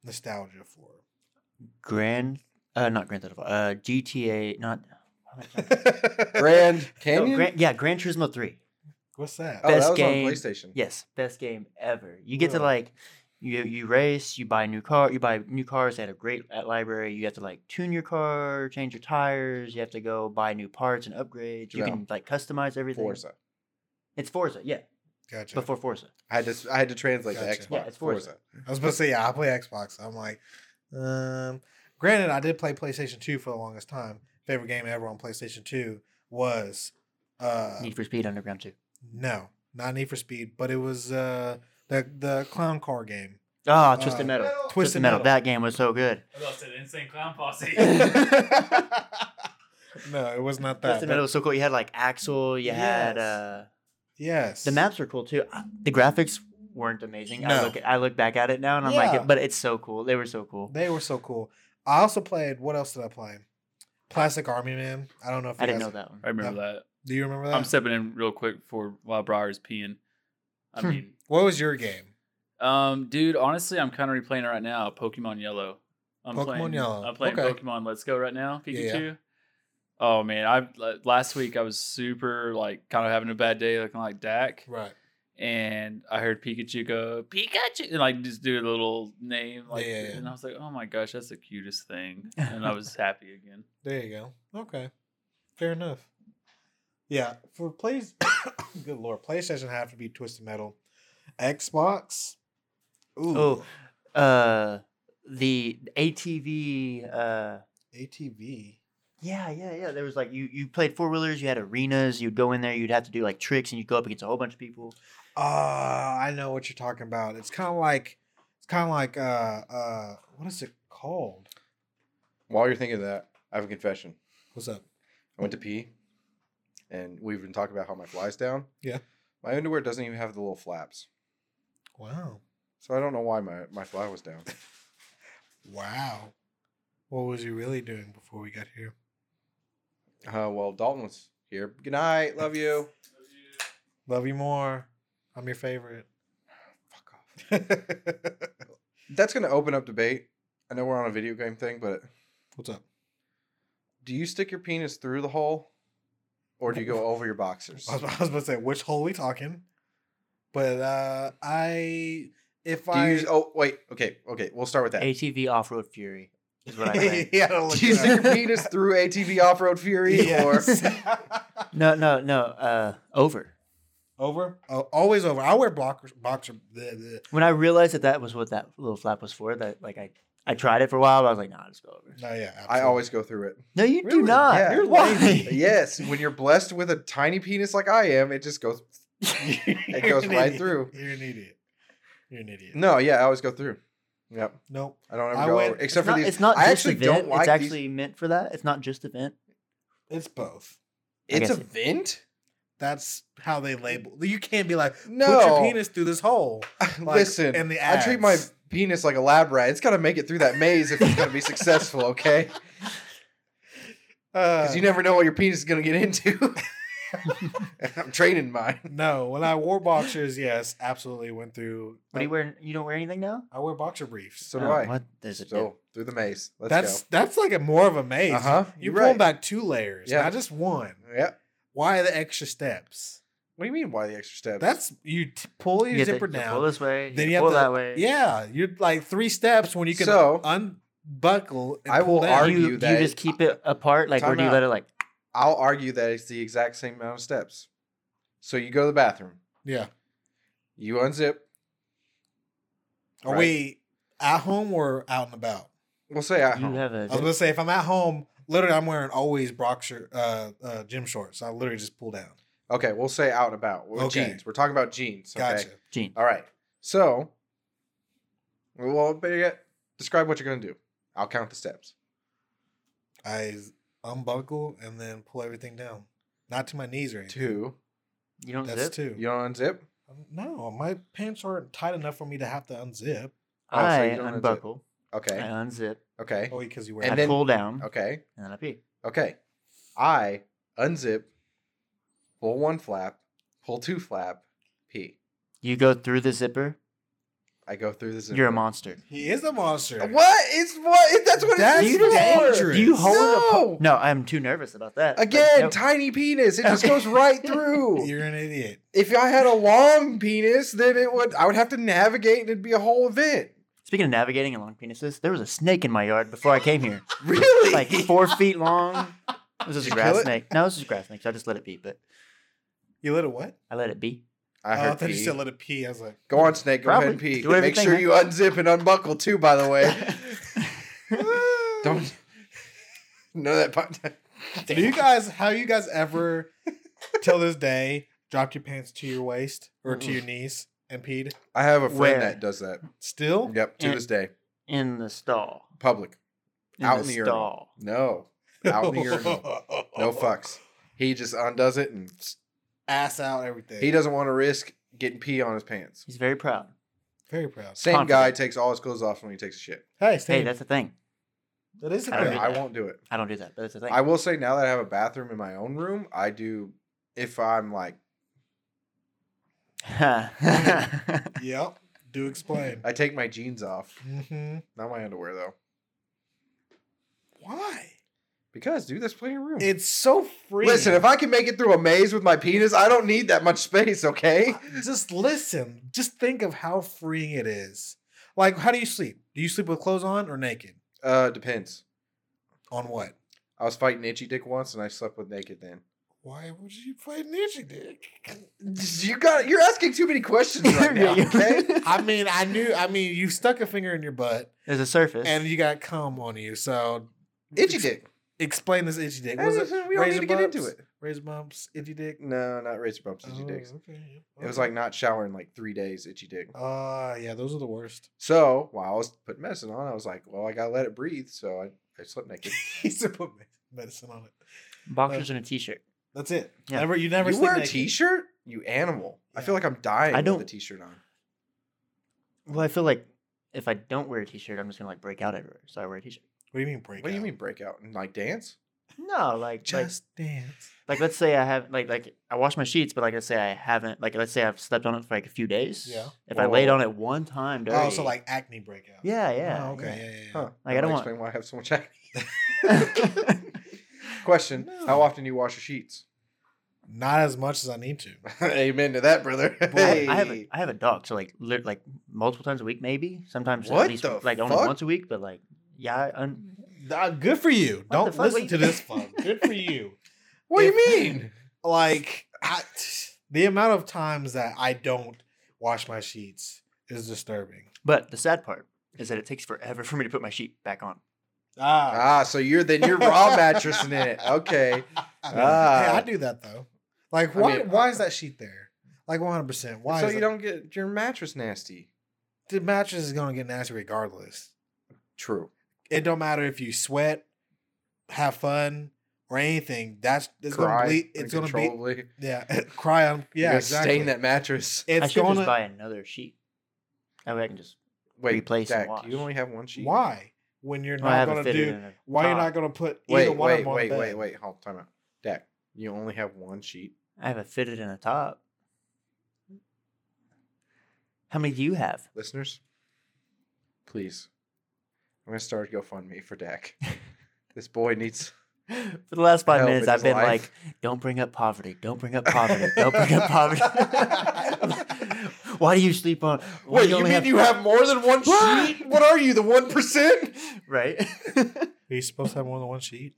Speaker 2: nostalgia for?
Speaker 3: Grand, uh, not Grand Theft Auto, uh, GTA, not
Speaker 1: Grand
Speaker 3: no,
Speaker 1: Canyon.
Speaker 3: Gran, yeah, Gran Turismo Three.
Speaker 2: What's that?
Speaker 1: oh,
Speaker 3: Best
Speaker 1: that was
Speaker 3: game.
Speaker 1: on PlayStation.
Speaker 3: Yes, best game ever. You get to
Speaker 2: Really?
Speaker 3: like, you you race, you buy new car, you buy new cars. They had a great at library. You have to like tune your car, change your tires. You have to go buy new parts and upgrades. You
Speaker 1: No.
Speaker 3: can like customize everything.
Speaker 1: Forza.
Speaker 3: It's Forza, yeah.
Speaker 2: Gotcha.
Speaker 3: Before Forza,
Speaker 1: I had to I had to translate
Speaker 2: Gotcha.
Speaker 1: to Xbox.
Speaker 3: Yeah, it's Forza.
Speaker 2: I was about to say, yeah, I play Xbox. I'm like, um, granted, I did play PlayStation 2 for the longest time. Favorite game ever on PlayStation 2 was, uh,
Speaker 3: Need for Speed Underground Two.
Speaker 2: no, not Need for Speed, but it was, uh, the, the clown car game.
Speaker 3: Ah,
Speaker 2: Uh,
Speaker 3: Twisted Metal.
Speaker 4: Metal.
Speaker 3: Twisted,
Speaker 2: Twisted
Speaker 3: Metal.
Speaker 2: Metal.
Speaker 3: That game was so good.
Speaker 4: I thought it said Insane Clown Posse.
Speaker 2: no, it was not that.
Speaker 3: Twisted Metal was so cool. You had like Axel. You had
Speaker 2: Yes.
Speaker 3: uh,
Speaker 2: but- yes.
Speaker 3: the maps are cool too. I- The graphics weren't amazing. I
Speaker 2: No.
Speaker 3: look I look back at it now and I'm
Speaker 2: Yeah.
Speaker 3: like, but it's so cool. They were so cool.
Speaker 2: They were so cool. I also played, what else did I play? Plastic Army Man. I don't know if you
Speaker 3: I didn't
Speaker 2: guys-
Speaker 3: know that one.
Speaker 4: I remember that.
Speaker 2: Do you remember that?
Speaker 4: I'm stepping in real quick for while Briar's peeing. I
Speaker 3: Hmm.
Speaker 4: mean,
Speaker 2: what was your game?
Speaker 4: um, dude, honestly, I'm kind of replaying it right now. Pokemon Yellow. I'm
Speaker 2: Pokemon
Speaker 4: playing,
Speaker 2: Yellow.
Speaker 4: I'm playing
Speaker 2: Okay.
Speaker 4: Pokemon Let's Go right now.
Speaker 2: Yeah, yeah.
Speaker 4: Pikachu. Oh man, I like, last week I was super like kind of having a bad day, looking like Dak,
Speaker 2: Right.
Speaker 4: and I heard Pikachu go Pikachu, and like just do a little name, like,
Speaker 2: Yeah, yeah, yeah.
Speaker 4: and I was like, oh my gosh, that's the cutest thing, and I was happy again.
Speaker 2: There you go. Okay. Fair enough. Yeah. For plays good lord, PlayStation have to be Twisted Metal. Xbox. Ooh.
Speaker 3: Oh, uh, the ATV. Uh,
Speaker 2: ATV.
Speaker 3: yeah, yeah, yeah. There was like you you played four wheelers. You had arenas. You'd go in there. You'd have to do like tricks, and you'd go up against a whole bunch of people.
Speaker 2: Ah, I know what you're talking about. It's kinda like it's kinda like uh uh what is it called?
Speaker 1: While you're thinking of that, I have a confession.
Speaker 2: What's up?
Speaker 1: I went to pee, and we've been talking about how my fly's down.
Speaker 2: Yeah.
Speaker 1: My underwear doesn't even have the little flaps,
Speaker 2: Wow.
Speaker 1: so I don't know why my my fly was down.
Speaker 2: Wow. What was you really doing before we got here?
Speaker 1: Uh, well, Dalton was here. Good night. Love you.
Speaker 2: Love you more. I'm your favorite.
Speaker 1: Fuck off.
Speaker 2: What's
Speaker 1: That's gonna open up debate. I know we're on a video game thing, but
Speaker 2: up?
Speaker 1: do you stick your penis through the hole, or do you go over your boxers?
Speaker 2: I was, I was about to say which hole we talking, but uh I if
Speaker 1: Do
Speaker 2: I
Speaker 1: you? Oh, wait. Okay. Okay. We'll start with that.
Speaker 3: ATV off road fury is what I played.
Speaker 2: yeah, don't look
Speaker 1: Do you
Speaker 2: it
Speaker 1: stick
Speaker 2: up.
Speaker 1: your penis through ATV off road fury
Speaker 2: Yes.
Speaker 1: or?
Speaker 3: no, no, no. Uh, over.
Speaker 2: over? Oh, always over. I wear blockers, boxer. bleh, bleh.
Speaker 3: When I realized that that was what that little flap was for, that like I I tried it for a while. But I was like, nah, just go over.
Speaker 2: No, yeah,
Speaker 1: I
Speaker 2: absolutely.
Speaker 1: always go through it.
Speaker 3: No, you
Speaker 2: Really?
Speaker 3: do not.
Speaker 1: Yeah.
Speaker 3: You're
Speaker 2: Why?
Speaker 3: lying.
Speaker 1: Yes, when you're blessed with a tiny penis like I am, it just goes.
Speaker 2: it
Speaker 1: goes right through.
Speaker 2: You're an idiot. You're an idiot.
Speaker 1: No, yeah, I always go through. Yep,
Speaker 2: Nope.
Speaker 1: I don't ever
Speaker 2: I
Speaker 1: go
Speaker 2: went-
Speaker 1: over, except
Speaker 3: it's
Speaker 1: for
Speaker 3: not,
Speaker 1: these.
Speaker 3: It's not
Speaker 1: I
Speaker 3: just
Speaker 1: actually
Speaker 3: a vent.
Speaker 1: don't like
Speaker 3: it's
Speaker 1: these-
Speaker 3: actually meant for that. It's not just a vent.
Speaker 2: It's both.
Speaker 3: I
Speaker 1: It's a
Speaker 3: guess it-
Speaker 1: vent.
Speaker 2: That's how they label. You can't be like put your
Speaker 1: No,
Speaker 2: penis through this hole. like,
Speaker 1: listen,
Speaker 2: and the
Speaker 1: I treat my
Speaker 2: ads.
Speaker 1: penis like a lab rat. It's gotta make it through that maze if it's gonna be successful, okay?
Speaker 2: Uh,
Speaker 1: Because you never know what your penis is gonna get into. I'm training mine.
Speaker 2: Uh, no, when I wore boxers, yes, absolutely went through.
Speaker 3: What do you wear? You don't wear anything now.
Speaker 2: I wear boxer briefs.
Speaker 1: So do
Speaker 3: Oh,
Speaker 1: I.
Speaker 3: What? There's a
Speaker 1: So through the maze. Let's
Speaker 2: that's that's like a more of a maze.
Speaker 1: go. Uh huh.
Speaker 2: You're
Speaker 1: You're
Speaker 2: pulling
Speaker 1: right.
Speaker 2: back two layers,
Speaker 1: Yeah.
Speaker 2: not just one.
Speaker 1: Yep.
Speaker 2: Why the extra steps?
Speaker 1: What do you mean? Why the extra steps?
Speaker 2: That's you t- pull your
Speaker 3: You have to-
Speaker 2: zipper
Speaker 3: you
Speaker 2: down.
Speaker 3: Pull this way.
Speaker 2: then
Speaker 3: Then
Speaker 2: you
Speaker 3: you,
Speaker 2: have
Speaker 3: pull
Speaker 2: to-
Speaker 3: that way.
Speaker 2: yeah, you're like three steps when you can
Speaker 1: So,
Speaker 2: unbuckle. And
Speaker 1: I
Speaker 2: pull
Speaker 1: will
Speaker 2: down.
Speaker 3: Do
Speaker 1: argue-
Speaker 3: you, do
Speaker 1: that-
Speaker 3: you just keep it apart, like, or
Speaker 1: Time
Speaker 3: do you
Speaker 1: out.
Speaker 3: let it like?
Speaker 1: I'll argue that it's the exact same amount of steps. So you go to the bathroom,
Speaker 2: Yeah.
Speaker 1: you unzip.
Speaker 2: Are
Speaker 1: Right.
Speaker 2: we at home or out and about?
Speaker 1: We'll say I
Speaker 3: You have a.
Speaker 1: Mm-hmm.
Speaker 2: I was gonna say if I'm at home, literally I'm wearing always boxer uh, uh, gym shorts. I literally just pull down.
Speaker 1: Okay, we'll say out and about. We're
Speaker 2: Okay.
Speaker 1: jeans. We're talking about jeans. Okay?
Speaker 2: Gotcha.
Speaker 3: Gene.
Speaker 1: All right. So Well, better yet, describe what you're gonna do. I'll count the steps.
Speaker 2: I unbuckle and then pull everything down. Not to my knees or anything.
Speaker 1: Two.
Speaker 3: You don't
Speaker 2: That's
Speaker 3: zip.
Speaker 2: two. Um,
Speaker 1: You don't unzip.
Speaker 2: No, my pants aren't tight enough for me to have to unzip.
Speaker 1: Oh, so
Speaker 3: I
Speaker 1: you don't unzip.
Speaker 3: unbuckle. I
Speaker 1: Okay.
Speaker 3: unzip.
Speaker 1: Okay.
Speaker 2: Oh, because you wear.
Speaker 1: And
Speaker 3: I
Speaker 1: then-
Speaker 3: pull down.
Speaker 1: Okay.
Speaker 3: And then I pee.
Speaker 1: Okay. I unzip, pull one flap, pull two flap, pee.
Speaker 3: You go through the zipper.
Speaker 1: I go through the zipper.
Speaker 3: You're a monster.
Speaker 2: he is a monster.
Speaker 1: What? It's what? it- That's what
Speaker 2: That's
Speaker 1: it's used for.
Speaker 2: dangerous.
Speaker 3: Do you hold
Speaker 1: No.
Speaker 3: a po- No, I'm too nervous about that. Like,
Speaker 1: Again,
Speaker 3: nope.
Speaker 1: tiny penis. It just
Speaker 3: Okay.
Speaker 1: goes right through.
Speaker 2: You're an idiot.
Speaker 1: if I had a long penis, then it would. I would have to navigate, and it'd be a whole event.
Speaker 3: Speaking of navigating along penises, there was a snake in my yard before I came here.
Speaker 1: Really?
Speaker 3: like four feet long. This is
Speaker 1: Did
Speaker 3: a
Speaker 1: you
Speaker 3: grass
Speaker 1: kill it?
Speaker 3: snake. No, this is a grass snake. So I just let it be, but
Speaker 2: You let it what?
Speaker 3: I let it be.
Speaker 1: I
Speaker 2: oh, I
Speaker 1: heard
Speaker 2: thought you
Speaker 1: pee.
Speaker 2: said let it pee. I was like,
Speaker 1: Go on, snake. Go ahead and
Speaker 3: Probably.
Speaker 1: pee.
Speaker 3: Do
Speaker 1: Make
Speaker 3: everything,
Speaker 1: sure
Speaker 3: huh?
Speaker 1: you unzip and unbuckle too. By the way, don't. know that part.
Speaker 2: do you guys? How you guys ever, till this day, dropped your pants to your waist or to your knees and peed?
Speaker 1: I have a friend
Speaker 3: Where?
Speaker 1: that does that.
Speaker 2: Still,
Speaker 1: Yep, to
Speaker 3: And-
Speaker 1: this day,
Speaker 3: in the stall.
Speaker 1: public.
Speaker 3: In
Speaker 1: Out
Speaker 3: the
Speaker 1: in the urinal.
Speaker 3: stall.
Speaker 1: No, out in the urinal. No fucks. He just undoes it and
Speaker 2: Ass out, everything.
Speaker 1: he doesn't want to risk getting pee on his pants.
Speaker 3: He's very proud.
Speaker 2: Very proud.
Speaker 1: Same
Speaker 3: confident.
Speaker 1: guy takes all his clothes off when he takes a shit.
Speaker 2: Hey,
Speaker 3: Hey,
Speaker 2: Steve,
Speaker 3: that's the thing.
Speaker 2: that is a
Speaker 3: I don't
Speaker 2: thing.
Speaker 3: do
Speaker 1: I
Speaker 3: that.
Speaker 1: won't do it.
Speaker 3: I don't do that, but that's the thing.
Speaker 1: I will say now that I have a bathroom in my own room, I do if I'm like
Speaker 2: Yep. Do explain.
Speaker 1: I take my jeans off,
Speaker 2: hmm
Speaker 1: not my underwear though.
Speaker 2: Why?
Speaker 1: Because dude, there's plenty of room.
Speaker 2: It's so free.
Speaker 1: Listen, if I can make it through a maze with my penis, I don't need that much space, okay?
Speaker 2: just listen, just think of how freeing it is. Like, how do you sleep? Do you sleep with clothes on or naked?
Speaker 1: Uh depends.
Speaker 2: On what?
Speaker 1: I was fighting itchy dick once and I slept with naked then.
Speaker 2: Why would you play ninja dick?
Speaker 1: You got you're asking too many questions right now, okay?
Speaker 2: I mean, I knew. I mean, you stuck a finger in your butt
Speaker 3: There's a surface.
Speaker 2: and you got cum on you. So
Speaker 1: Itchy dick.
Speaker 2: Explain this itchy dick.
Speaker 1: We
Speaker 2: Was it Mm,
Speaker 1: don't need
Speaker 2: razor
Speaker 1: to get into
Speaker 2: bumps?
Speaker 1: it.
Speaker 2: razor bumps, itchy dick?
Speaker 1: No, not razor bumps, itchy
Speaker 2: Oh,
Speaker 1: dicks.
Speaker 2: okay, yep,
Speaker 1: It was
Speaker 2: okay.
Speaker 1: like not showering like three days, itchy dick.
Speaker 2: Ah, yeah, those are the worst.
Speaker 1: So while I was putting medicine on, I was like, well, I gotta let it breathe. So I, I slept naked.
Speaker 2: He used to put me- medicine on it. Uh,
Speaker 3: Boxers and a t-shirt.
Speaker 2: That's it.
Speaker 3: Yeah.
Speaker 2: Never, you never
Speaker 1: you
Speaker 2: sleep
Speaker 1: wear a
Speaker 2: naked.
Speaker 1: t-shirt? You animal. I
Speaker 2: Yeah.
Speaker 1: feel like I'm dying
Speaker 3: I
Speaker 1: with
Speaker 3: don't-
Speaker 1: a t-shirt on.
Speaker 3: Well, I feel like if I don't wear a t-shirt, I'm just gonna like break out everywhere. So I wear a t-shirt.
Speaker 2: What do you mean break?
Speaker 1: What do you
Speaker 2: out?
Speaker 1: mean breakout? And like dance?
Speaker 3: No, like
Speaker 2: Just dance.
Speaker 3: like like let's say I have like like I wash my sheets, but like let's say I haven't like let's say I've slept on it for like a few days.
Speaker 2: Yeah.
Speaker 3: If I laid
Speaker 1: Whoa.
Speaker 3: on it one time, dirty.
Speaker 2: Oh, so like acne breakout.
Speaker 3: yeah, yeah.
Speaker 2: Oh, okay. Yeah. Yeah. yeah.
Speaker 1: Huh.
Speaker 3: Like, I
Speaker 1: That'll
Speaker 3: don't want-
Speaker 1: explain why I have so much acne.
Speaker 3: yeah.
Speaker 1: Question:
Speaker 2: No.
Speaker 1: How often do you wash your sheets?
Speaker 2: Not as much as I need to.
Speaker 1: Amen to that, brother.
Speaker 3: I have- I have a,
Speaker 1: Hey.
Speaker 3: I have a dog, so like lit like multiple times a week, maybe sometimes
Speaker 1: What
Speaker 3: at least
Speaker 1: the
Speaker 3: like only
Speaker 1: fuck?
Speaker 3: once a week, but like yeah, I- un-
Speaker 2: Ah, good for you.
Speaker 3: the
Speaker 2: Don't
Speaker 3: fuck?
Speaker 2: listen
Speaker 3: Wait.
Speaker 2: to this fuck. Good for you.
Speaker 1: What do you
Speaker 2: If-
Speaker 1: mean?
Speaker 2: Like I, the amount of times that I don't wash my sheets is disturbing.
Speaker 3: But the sad part is that it takes forever for me to put my sheet back on.
Speaker 2: Ah.
Speaker 1: ah, so you're then you're raw mattressing it. Okay.
Speaker 2: hey,
Speaker 1: Ah.
Speaker 2: I do that though. Like, why?
Speaker 1: mean,
Speaker 2: why is that sheet there? Like, one hundred percent. Why?
Speaker 1: so
Speaker 2: is
Speaker 1: you
Speaker 2: that-
Speaker 1: don't get your mattress nasty.
Speaker 2: The mattress is gonna get nasty regardless.
Speaker 1: True.
Speaker 2: It don't matter if you sweat, have fun, or anything. That's it's gonna bleed. It's gonna be
Speaker 1: uncontrollably.
Speaker 2: yeah. Cry on
Speaker 1: You're
Speaker 2: yeah.
Speaker 1: gonna
Speaker 2: Exactly.
Speaker 1: Stain that mattress.
Speaker 3: I
Speaker 2: It's
Speaker 3: should
Speaker 2: gonna
Speaker 3: just buy another sheet. That way I can just.
Speaker 1: Wait,
Speaker 3: Replace and
Speaker 1: Dak, do you
Speaker 3: wash.
Speaker 1: only have one sheet.
Speaker 2: why when you're
Speaker 3: Well, Oh, I
Speaker 2: not
Speaker 3: haven't
Speaker 2: gonna
Speaker 3: fitted it
Speaker 2: do
Speaker 3: in a
Speaker 2: why you're
Speaker 3: top.
Speaker 2: not gonna put
Speaker 1: Wait,
Speaker 2: either one of
Speaker 1: wait,
Speaker 2: them on
Speaker 1: wait,
Speaker 2: the
Speaker 1: wait,
Speaker 2: bed.
Speaker 1: wait. Hold, time out. Dak, you only have one sheet.
Speaker 3: I haven't fitted in a top. How many do you have?
Speaker 1: Listeners, please. I'm gonna start a GoFundMe for Dak. this boy needs
Speaker 3: For the last five
Speaker 1: Help
Speaker 3: minutes,
Speaker 1: in
Speaker 3: I've
Speaker 1: his
Speaker 3: been
Speaker 1: life.
Speaker 3: like, "Don't bring up poverty. Don't bring up poverty. Don't bring up poverty." Why do you sleep on? why do only
Speaker 1: have more than one
Speaker 3: What?
Speaker 1: What are you, the one percent?
Speaker 3: right?
Speaker 2: Are you supposed to have more than one sheet?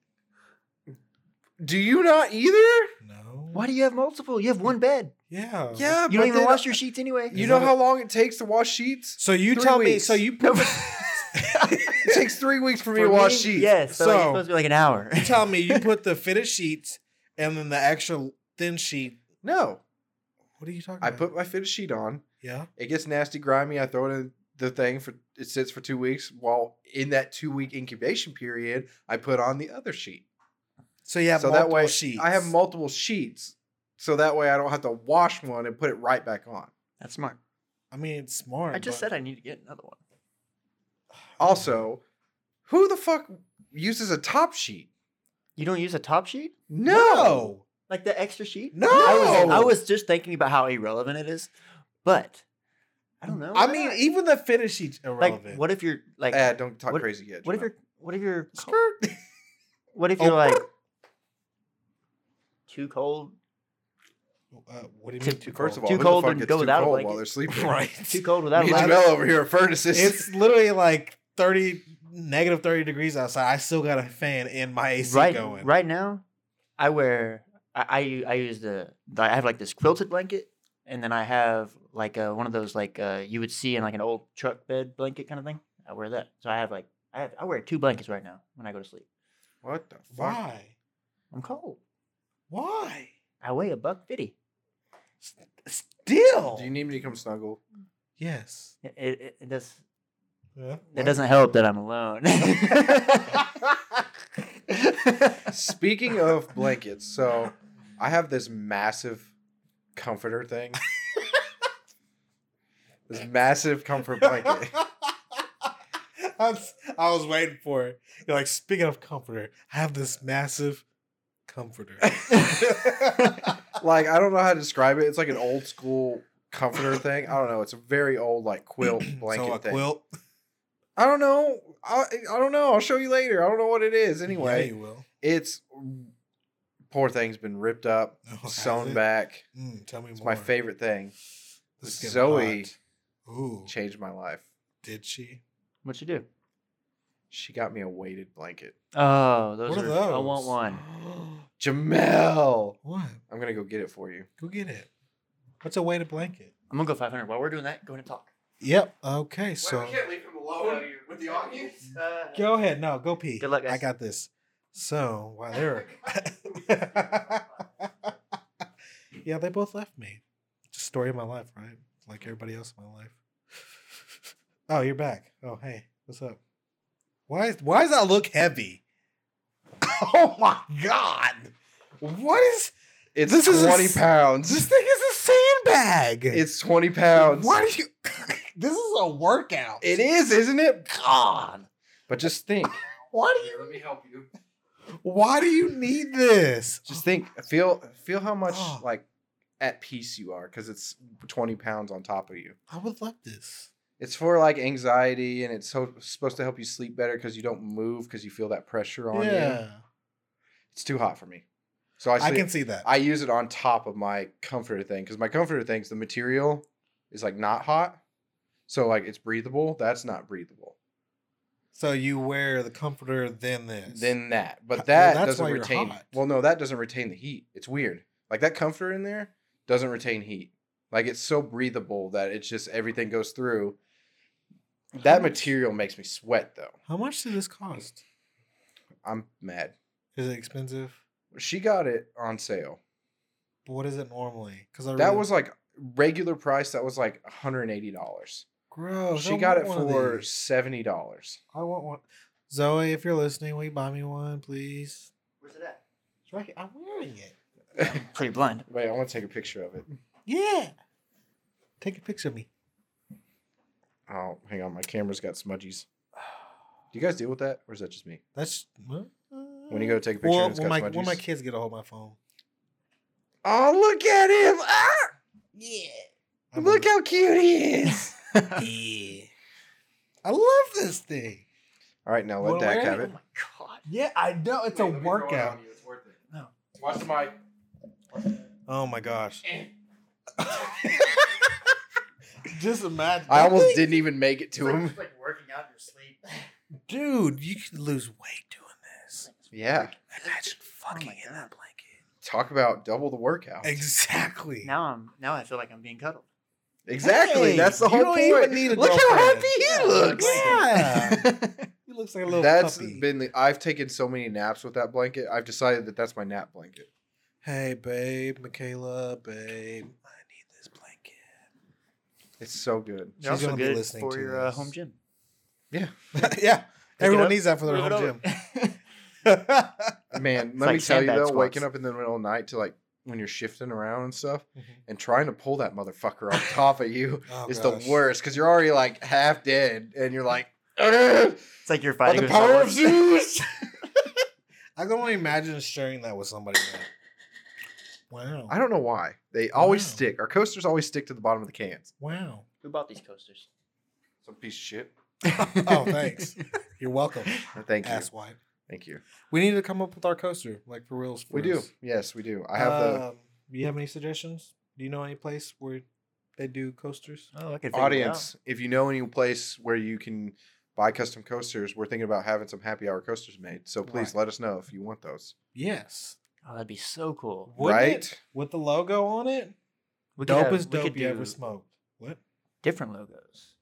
Speaker 1: Do you not either?
Speaker 2: No.
Speaker 3: Why do you have multiple? You have one bed.
Speaker 2: Yeah.
Speaker 1: Yeah,
Speaker 3: You don't
Speaker 1: but
Speaker 3: even
Speaker 1: then-
Speaker 3: wash your sheets anyway.
Speaker 1: You
Speaker 2: Is
Speaker 1: know
Speaker 2: that
Speaker 1: how long it takes to wash sheets?
Speaker 2: So you
Speaker 1: Three
Speaker 2: tell me.
Speaker 1: weeks.
Speaker 2: So you put.
Speaker 1: It takes three weeks for me
Speaker 3: For
Speaker 1: to wash
Speaker 3: me,
Speaker 1: sheets.
Speaker 3: Yes, so, it's
Speaker 2: So-
Speaker 3: supposed to be like an hour.
Speaker 2: You tell me you put the fitted sheets and then the extra thin sheet.
Speaker 1: No,
Speaker 2: What are you talking
Speaker 1: I
Speaker 2: about?
Speaker 1: put my fitted sheet on.
Speaker 2: yeah.
Speaker 1: It gets nasty, grimy. I throw it in the thing for it sits for two weeks. While in that two week incubation period, I put on the other sheet.
Speaker 2: So you have
Speaker 1: so that
Speaker 2: multiple
Speaker 1: way
Speaker 2: sheets.
Speaker 1: I have multiple sheets, so that way I don't have to wash one and put it right back on.
Speaker 3: That's smart.
Speaker 2: I mean, it's smart.
Speaker 3: I just
Speaker 2: but-
Speaker 3: said I need to get another one.
Speaker 1: Also, who the fuck uses a top sheet?
Speaker 3: You don't use a top sheet?
Speaker 1: No.
Speaker 3: Like the extra sheet?
Speaker 1: No!
Speaker 3: I was, I was just thinking about how irrelevant it is, but I don't know.
Speaker 2: I
Speaker 3: why
Speaker 2: mean,
Speaker 3: not?
Speaker 2: even the finish sheet's irrelevant.
Speaker 3: like, what if you're like,
Speaker 1: Eh, don't talk
Speaker 3: What-
Speaker 1: crazy yet.
Speaker 3: what if
Speaker 1: Jonah.
Speaker 3: you're, what if you're, co-
Speaker 1: Skirt.
Speaker 3: what if
Speaker 2: Oh.
Speaker 3: you're like too cold,
Speaker 2: Uh, what do you
Speaker 3: Tip-
Speaker 2: mean? Too
Speaker 1: First of all,
Speaker 3: Too
Speaker 1: who the
Speaker 3: cold
Speaker 1: fuck
Speaker 3: and
Speaker 1: gets
Speaker 3: go
Speaker 1: too
Speaker 3: without a
Speaker 1: cold
Speaker 3: blanket?
Speaker 1: while they're sleeping.
Speaker 3: too
Speaker 2: right?
Speaker 3: cold without
Speaker 1: Me
Speaker 3: a
Speaker 1: and
Speaker 3: ladder?
Speaker 1: Jamel over here at furnaces.
Speaker 2: it's literally like 30 negative 30 degrees outside. I still got a fan in my AC
Speaker 3: right
Speaker 2: going.
Speaker 3: right now i wear I, I i use the the- i have like this quilted blanket and then i have like uh one of those like uh you would see in like an old truck bed blanket kind of thing i wear that so i have like i have i wear two blankets right now when i go to sleep
Speaker 1: what the fuck?
Speaker 2: Why?
Speaker 3: i'm cold
Speaker 2: Why?
Speaker 3: i weigh a buck fifty
Speaker 2: Still.
Speaker 1: Do you need me to come snuggle?
Speaker 2: yes.
Speaker 3: it, it, it does
Speaker 2: Yeah.
Speaker 3: it doesn't help that i'm alone
Speaker 1: Speaking of blankets, so I have this massive comforter thing. this massive comfort blanket.
Speaker 2: I was, I was waiting for it. You're like, speaking of comforter, I have this massive comforter.
Speaker 1: like I don't know how to describe it. It's like an old school comforter thing. I don't know. It's a very old like quilt blanket
Speaker 2: so a
Speaker 1: thing.
Speaker 2: quilt.
Speaker 1: I don't know. I I don't know. I'll show you later. I don't know what it is. Anyway,
Speaker 2: yeah, you will.
Speaker 1: it's poor thing's been ripped up,
Speaker 2: Oh, has
Speaker 1: sewn
Speaker 2: it?
Speaker 1: back.
Speaker 2: Mm, tell me
Speaker 1: It's
Speaker 2: more.
Speaker 1: my favorite thing.
Speaker 2: This is getting
Speaker 1: Zoe
Speaker 2: hot. Ooh,
Speaker 1: changed my life.
Speaker 2: did she?
Speaker 3: what you do
Speaker 1: She got me a weighted blanket.
Speaker 3: oh those
Speaker 2: What
Speaker 3: are,
Speaker 2: are
Speaker 3: i want
Speaker 2: those?
Speaker 3: one
Speaker 1: Jamel,
Speaker 2: What?
Speaker 1: I'm gonna go get it for you.
Speaker 2: Go get it. What's a weighted blanket?
Speaker 3: i'm gonna go 500 while we're doing that go ahead and talk
Speaker 2: Yep. Okay. So
Speaker 1: leave him alone with the audience.
Speaker 3: uh,
Speaker 2: go ahead. No, go pee.
Speaker 3: Good luck,
Speaker 2: I
Speaker 3: guys.
Speaker 2: got this. So while they're yeah, they both left me. Just story of my life, right? Like everybody else in my life. Oh, you're back. Oh, hey, what's up? Why? Is, why does that look heavy? Oh my god! What is
Speaker 1: It's
Speaker 2: This is a
Speaker 1: 20
Speaker 2: s-
Speaker 1: pounds.
Speaker 2: this thing? Is a sandbag?
Speaker 1: It's 20 pounds.
Speaker 2: Why do you? this is a workout.
Speaker 1: It is, isn't it?
Speaker 2: God.
Speaker 1: But just think.
Speaker 2: Why do you?
Speaker 1: let me help you.
Speaker 2: Why do you need this?
Speaker 1: Just think. Feel feel how much
Speaker 2: Oh.
Speaker 1: like at peace you are because it's 20 pounds on top of you.
Speaker 2: I would love this.
Speaker 1: It's for like anxiety and it's so, supposed to help you sleep better because you don't move because you feel that pressure on you.
Speaker 2: Yeah,
Speaker 1: It's too hot for me. So I,
Speaker 2: I
Speaker 1: sleep,
Speaker 2: can see that.
Speaker 1: I use it on top of my comforter thing because my comforter thing's the material is like not hot. So like it's breathable. That's not breathable.
Speaker 2: so you wear the comforter, then this,
Speaker 1: than that.
Speaker 2: Well,
Speaker 1: But that
Speaker 2: that's
Speaker 1: doesn't
Speaker 2: why you're
Speaker 1: retain.
Speaker 2: hot.
Speaker 1: Well, no, that doesn't retain the heat. It's weird. Like that comforter in there doesn't retain heat. Like it's so breathable that it's just everything goes through. That material makes me sweat though.
Speaker 2: How much did this cost?
Speaker 1: I'm mad.
Speaker 2: Is it expensive?
Speaker 1: She got it on sale.
Speaker 2: What is it normally? Because I
Speaker 1: That
Speaker 2: really-
Speaker 1: was like regular price. That was like $180.
Speaker 2: gross. I
Speaker 1: she got it
Speaker 2: Oh, want one of
Speaker 1: for
Speaker 2: these.
Speaker 1: $70.
Speaker 2: I want one. Zoe, if you're listening, will you buy me one, please?
Speaker 3: where's it at
Speaker 2: It's right here. I'm wearing it.
Speaker 3: pretty blind
Speaker 1: Wait, I want to take a picture of it.
Speaker 2: Yeah. Take a picture of me.
Speaker 1: Oh, hang on. My camera's got smudgies. Do you guys deal with that? Or is that just me?
Speaker 2: That's
Speaker 1: When
Speaker 2: when
Speaker 1: you go to take a picture,
Speaker 2: Well,
Speaker 1: and it's
Speaker 2: when
Speaker 1: got
Speaker 2: my
Speaker 1: smudgies.
Speaker 2: when my kids get a hold of my phone,
Speaker 1: Oh, look at him! Ah!
Speaker 2: I'm
Speaker 1: Look
Speaker 2: like,
Speaker 1: how cute he is!
Speaker 2: yeah. I love this thing.
Speaker 1: All right, now
Speaker 2: Wanna
Speaker 1: let Dak
Speaker 2: wear
Speaker 1: have
Speaker 2: it?
Speaker 3: oh
Speaker 1: it.
Speaker 3: my god
Speaker 2: Yeah, I know it's a workout.
Speaker 3: No.
Speaker 1: Watch the mic.
Speaker 2: Oh my gosh! Just imagine.
Speaker 1: I almost
Speaker 2: That
Speaker 1: didn't even make it to him.
Speaker 3: like working out in your sleep.
Speaker 2: thing- dude. You could lose weight doing this.
Speaker 1: Yeah,
Speaker 2: Imagine fucking
Speaker 3: my
Speaker 2: in that blanket.
Speaker 1: talk about double the workout.
Speaker 2: Exactly.
Speaker 3: Now I'm now I feel like I'm being cuddled.
Speaker 1: Exactly,
Speaker 2: Hey,
Speaker 1: that's the
Speaker 2: you
Speaker 1: whole
Speaker 2: don't
Speaker 1: point.
Speaker 2: even need a
Speaker 1: look how
Speaker 2: girlfriend.
Speaker 1: happy he looks.
Speaker 2: Yeah. he looks like a little
Speaker 1: That's
Speaker 2: puppy.
Speaker 1: been the. I've taken so many naps with that blanket. I've decided that that's my nap blanket.
Speaker 2: hey, babe, Michaela, babe, I need this blanket.
Speaker 1: It's so good.
Speaker 2: She's
Speaker 3: They're also
Speaker 2: gonna be
Speaker 3: good
Speaker 2: listening
Speaker 3: for
Speaker 2: to
Speaker 3: your uh,
Speaker 2: this.
Speaker 3: home gym.
Speaker 2: yeah,
Speaker 3: it
Speaker 2: everyone
Speaker 3: up.
Speaker 2: needs that for their
Speaker 3: Move it
Speaker 2: home
Speaker 3: over.
Speaker 2: gym.
Speaker 1: Man, let
Speaker 3: like
Speaker 1: me tell you though,
Speaker 3: sandbag
Speaker 1: waking
Speaker 3: squats.
Speaker 1: up in the middle of the night to like when you're shifting around and stuff
Speaker 2: Mhm.
Speaker 1: and trying to pull that motherfucker on top of you
Speaker 2: Oh,
Speaker 1: is
Speaker 2: gosh.
Speaker 1: the worst because you're already like half dead and you're like, "Ugh,
Speaker 3: It's like you're
Speaker 1: by
Speaker 3: fighting
Speaker 1: the
Speaker 3: with
Speaker 1: power
Speaker 3: someone.
Speaker 1: of Zeus.
Speaker 2: I can only imagine sharing that with somebody. man. Wow.
Speaker 1: I don't know why. They always
Speaker 2: Wow.
Speaker 1: stick. Our coasters always stick to the bottom of the cans.
Speaker 2: wow.
Speaker 3: Who bought these coasters?
Speaker 1: Some piece of shit.
Speaker 2: Oh, thanks. You're welcome,
Speaker 1: Uh, Thank you.
Speaker 2: asswipe.
Speaker 1: Thank you.
Speaker 2: We need to come up with our coaster, like for reals. For
Speaker 1: We do. Yes, we do. I have
Speaker 2: Uh,
Speaker 1: the
Speaker 2: Do you have any suggestions? Do you know any place where they do coasters?
Speaker 3: Oh, I could figure it out.
Speaker 1: audience. If you know any place where you can buy custom coasters, we're thinking about having some happy hour coasters made. So please
Speaker 2: Right.
Speaker 1: let us know if you want those.
Speaker 2: Yes.
Speaker 3: Oh, that'd be so cool.
Speaker 2: Wouldn't
Speaker 1: right?
Speaker 2: it? With the logo on it.
Speaker 3: We could
Speaker 2: dope
Speaker 3: have-
Speaker 2: as
Speaker 3: we
Speaker 2: dope
Speaker 3: could
Speaker 2: you ever
Speaker 3: do
Speaker 2: smoked. What?
Speaker 3: different logos.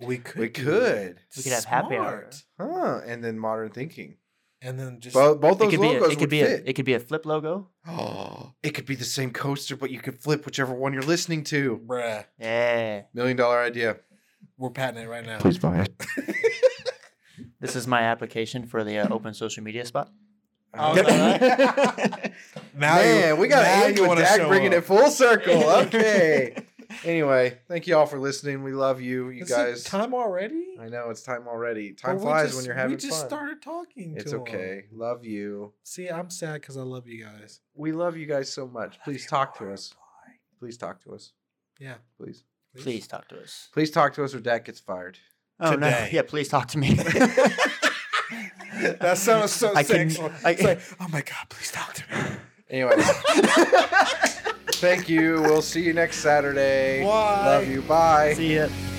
Speaker 2: We could.
Speaker 1: We
Speaker 2: do
Speaker 1: could.
Speaker 2: that.
Speaker 3: We could have happy hour.
Speaker 2: Smart.
Speaker 1: Huh. And then modern thinking.
Speaker 2: And then just
Speaker 1: Both, both
Speaker 3: It
Speaker 1: those
Speaker 3: could be. A,
Speaker 1: logos
Speaker 3: it could
Speaker 1: would
Speaker 3: be. A,
Speaker 1: fit.
Speaker 3: it could be a flip logo.
Speaker 1: oh, it could be the same coaster, but you could flip whichever one you're listening to.
Speaker 2: bruh.
Speaker 3: Yeah.
Speaker 1: Million dollar idea.
Speaker 2: We're patenting it right now.
Speaker 1: buy it.
Speaker 3: This is my application for the uh, open social media spot.
Speaker 2: Oh,
Speaker 1: Okay.
Speaker 2: is that Now you-
Speaker 1: Man, we got to
Speaker 2: now
Speaker 1: end
Speaker 2: you
Speaker 1: with
Speaker 2: wanna
Speaker 1: Dak
Speaker 2: show
Speaker 1: bringing
Speaker 2: up.
Speaker 1: it full circle. Okay. anyway, thank you all for listening. We love you, you
Speaker 2: Is it
Speaker 1: guys.
Speaker 2: time already?
Speaker 1: I know it's time already. Time
Speaker 2: But we
Speaker 1: flies
Speaker 2: just-
Speaker 1: when you're having
Speaker 2: We just
Speaker 1: fun.
Speaker 2: started talking.
Speaker 1: It's
Speaker 2: to uh, 'em.
Speaker 1: okay. Love you.
Speaker 2: See, I'm sad because I love you guys.
Speaker 1: We love you guys so much. Please talk to us. Please talk to us.
Speaker 2: Yeah.
Speaker 1: Please.
Speaker 3: Please talk to us.
Speaker 1: Please talk to us or Dak gets fired.
Speaker 3: Oh no!
Speaker 2: Today.
Speaker 3: Yeah, please talk to me.
Speaker 2: That sounds so
Speaker 3: I can-
Speaker 2: sexual.
Speaker 3: I-
Speaker 2: it's like, oh my god, please talk to me.
Speaker 1: Anyway. Thank you. We'll see you next Saturday.
Speaker 2: Bye.
Speaker 1: Love you. Bye.
Speaker 3: See ya.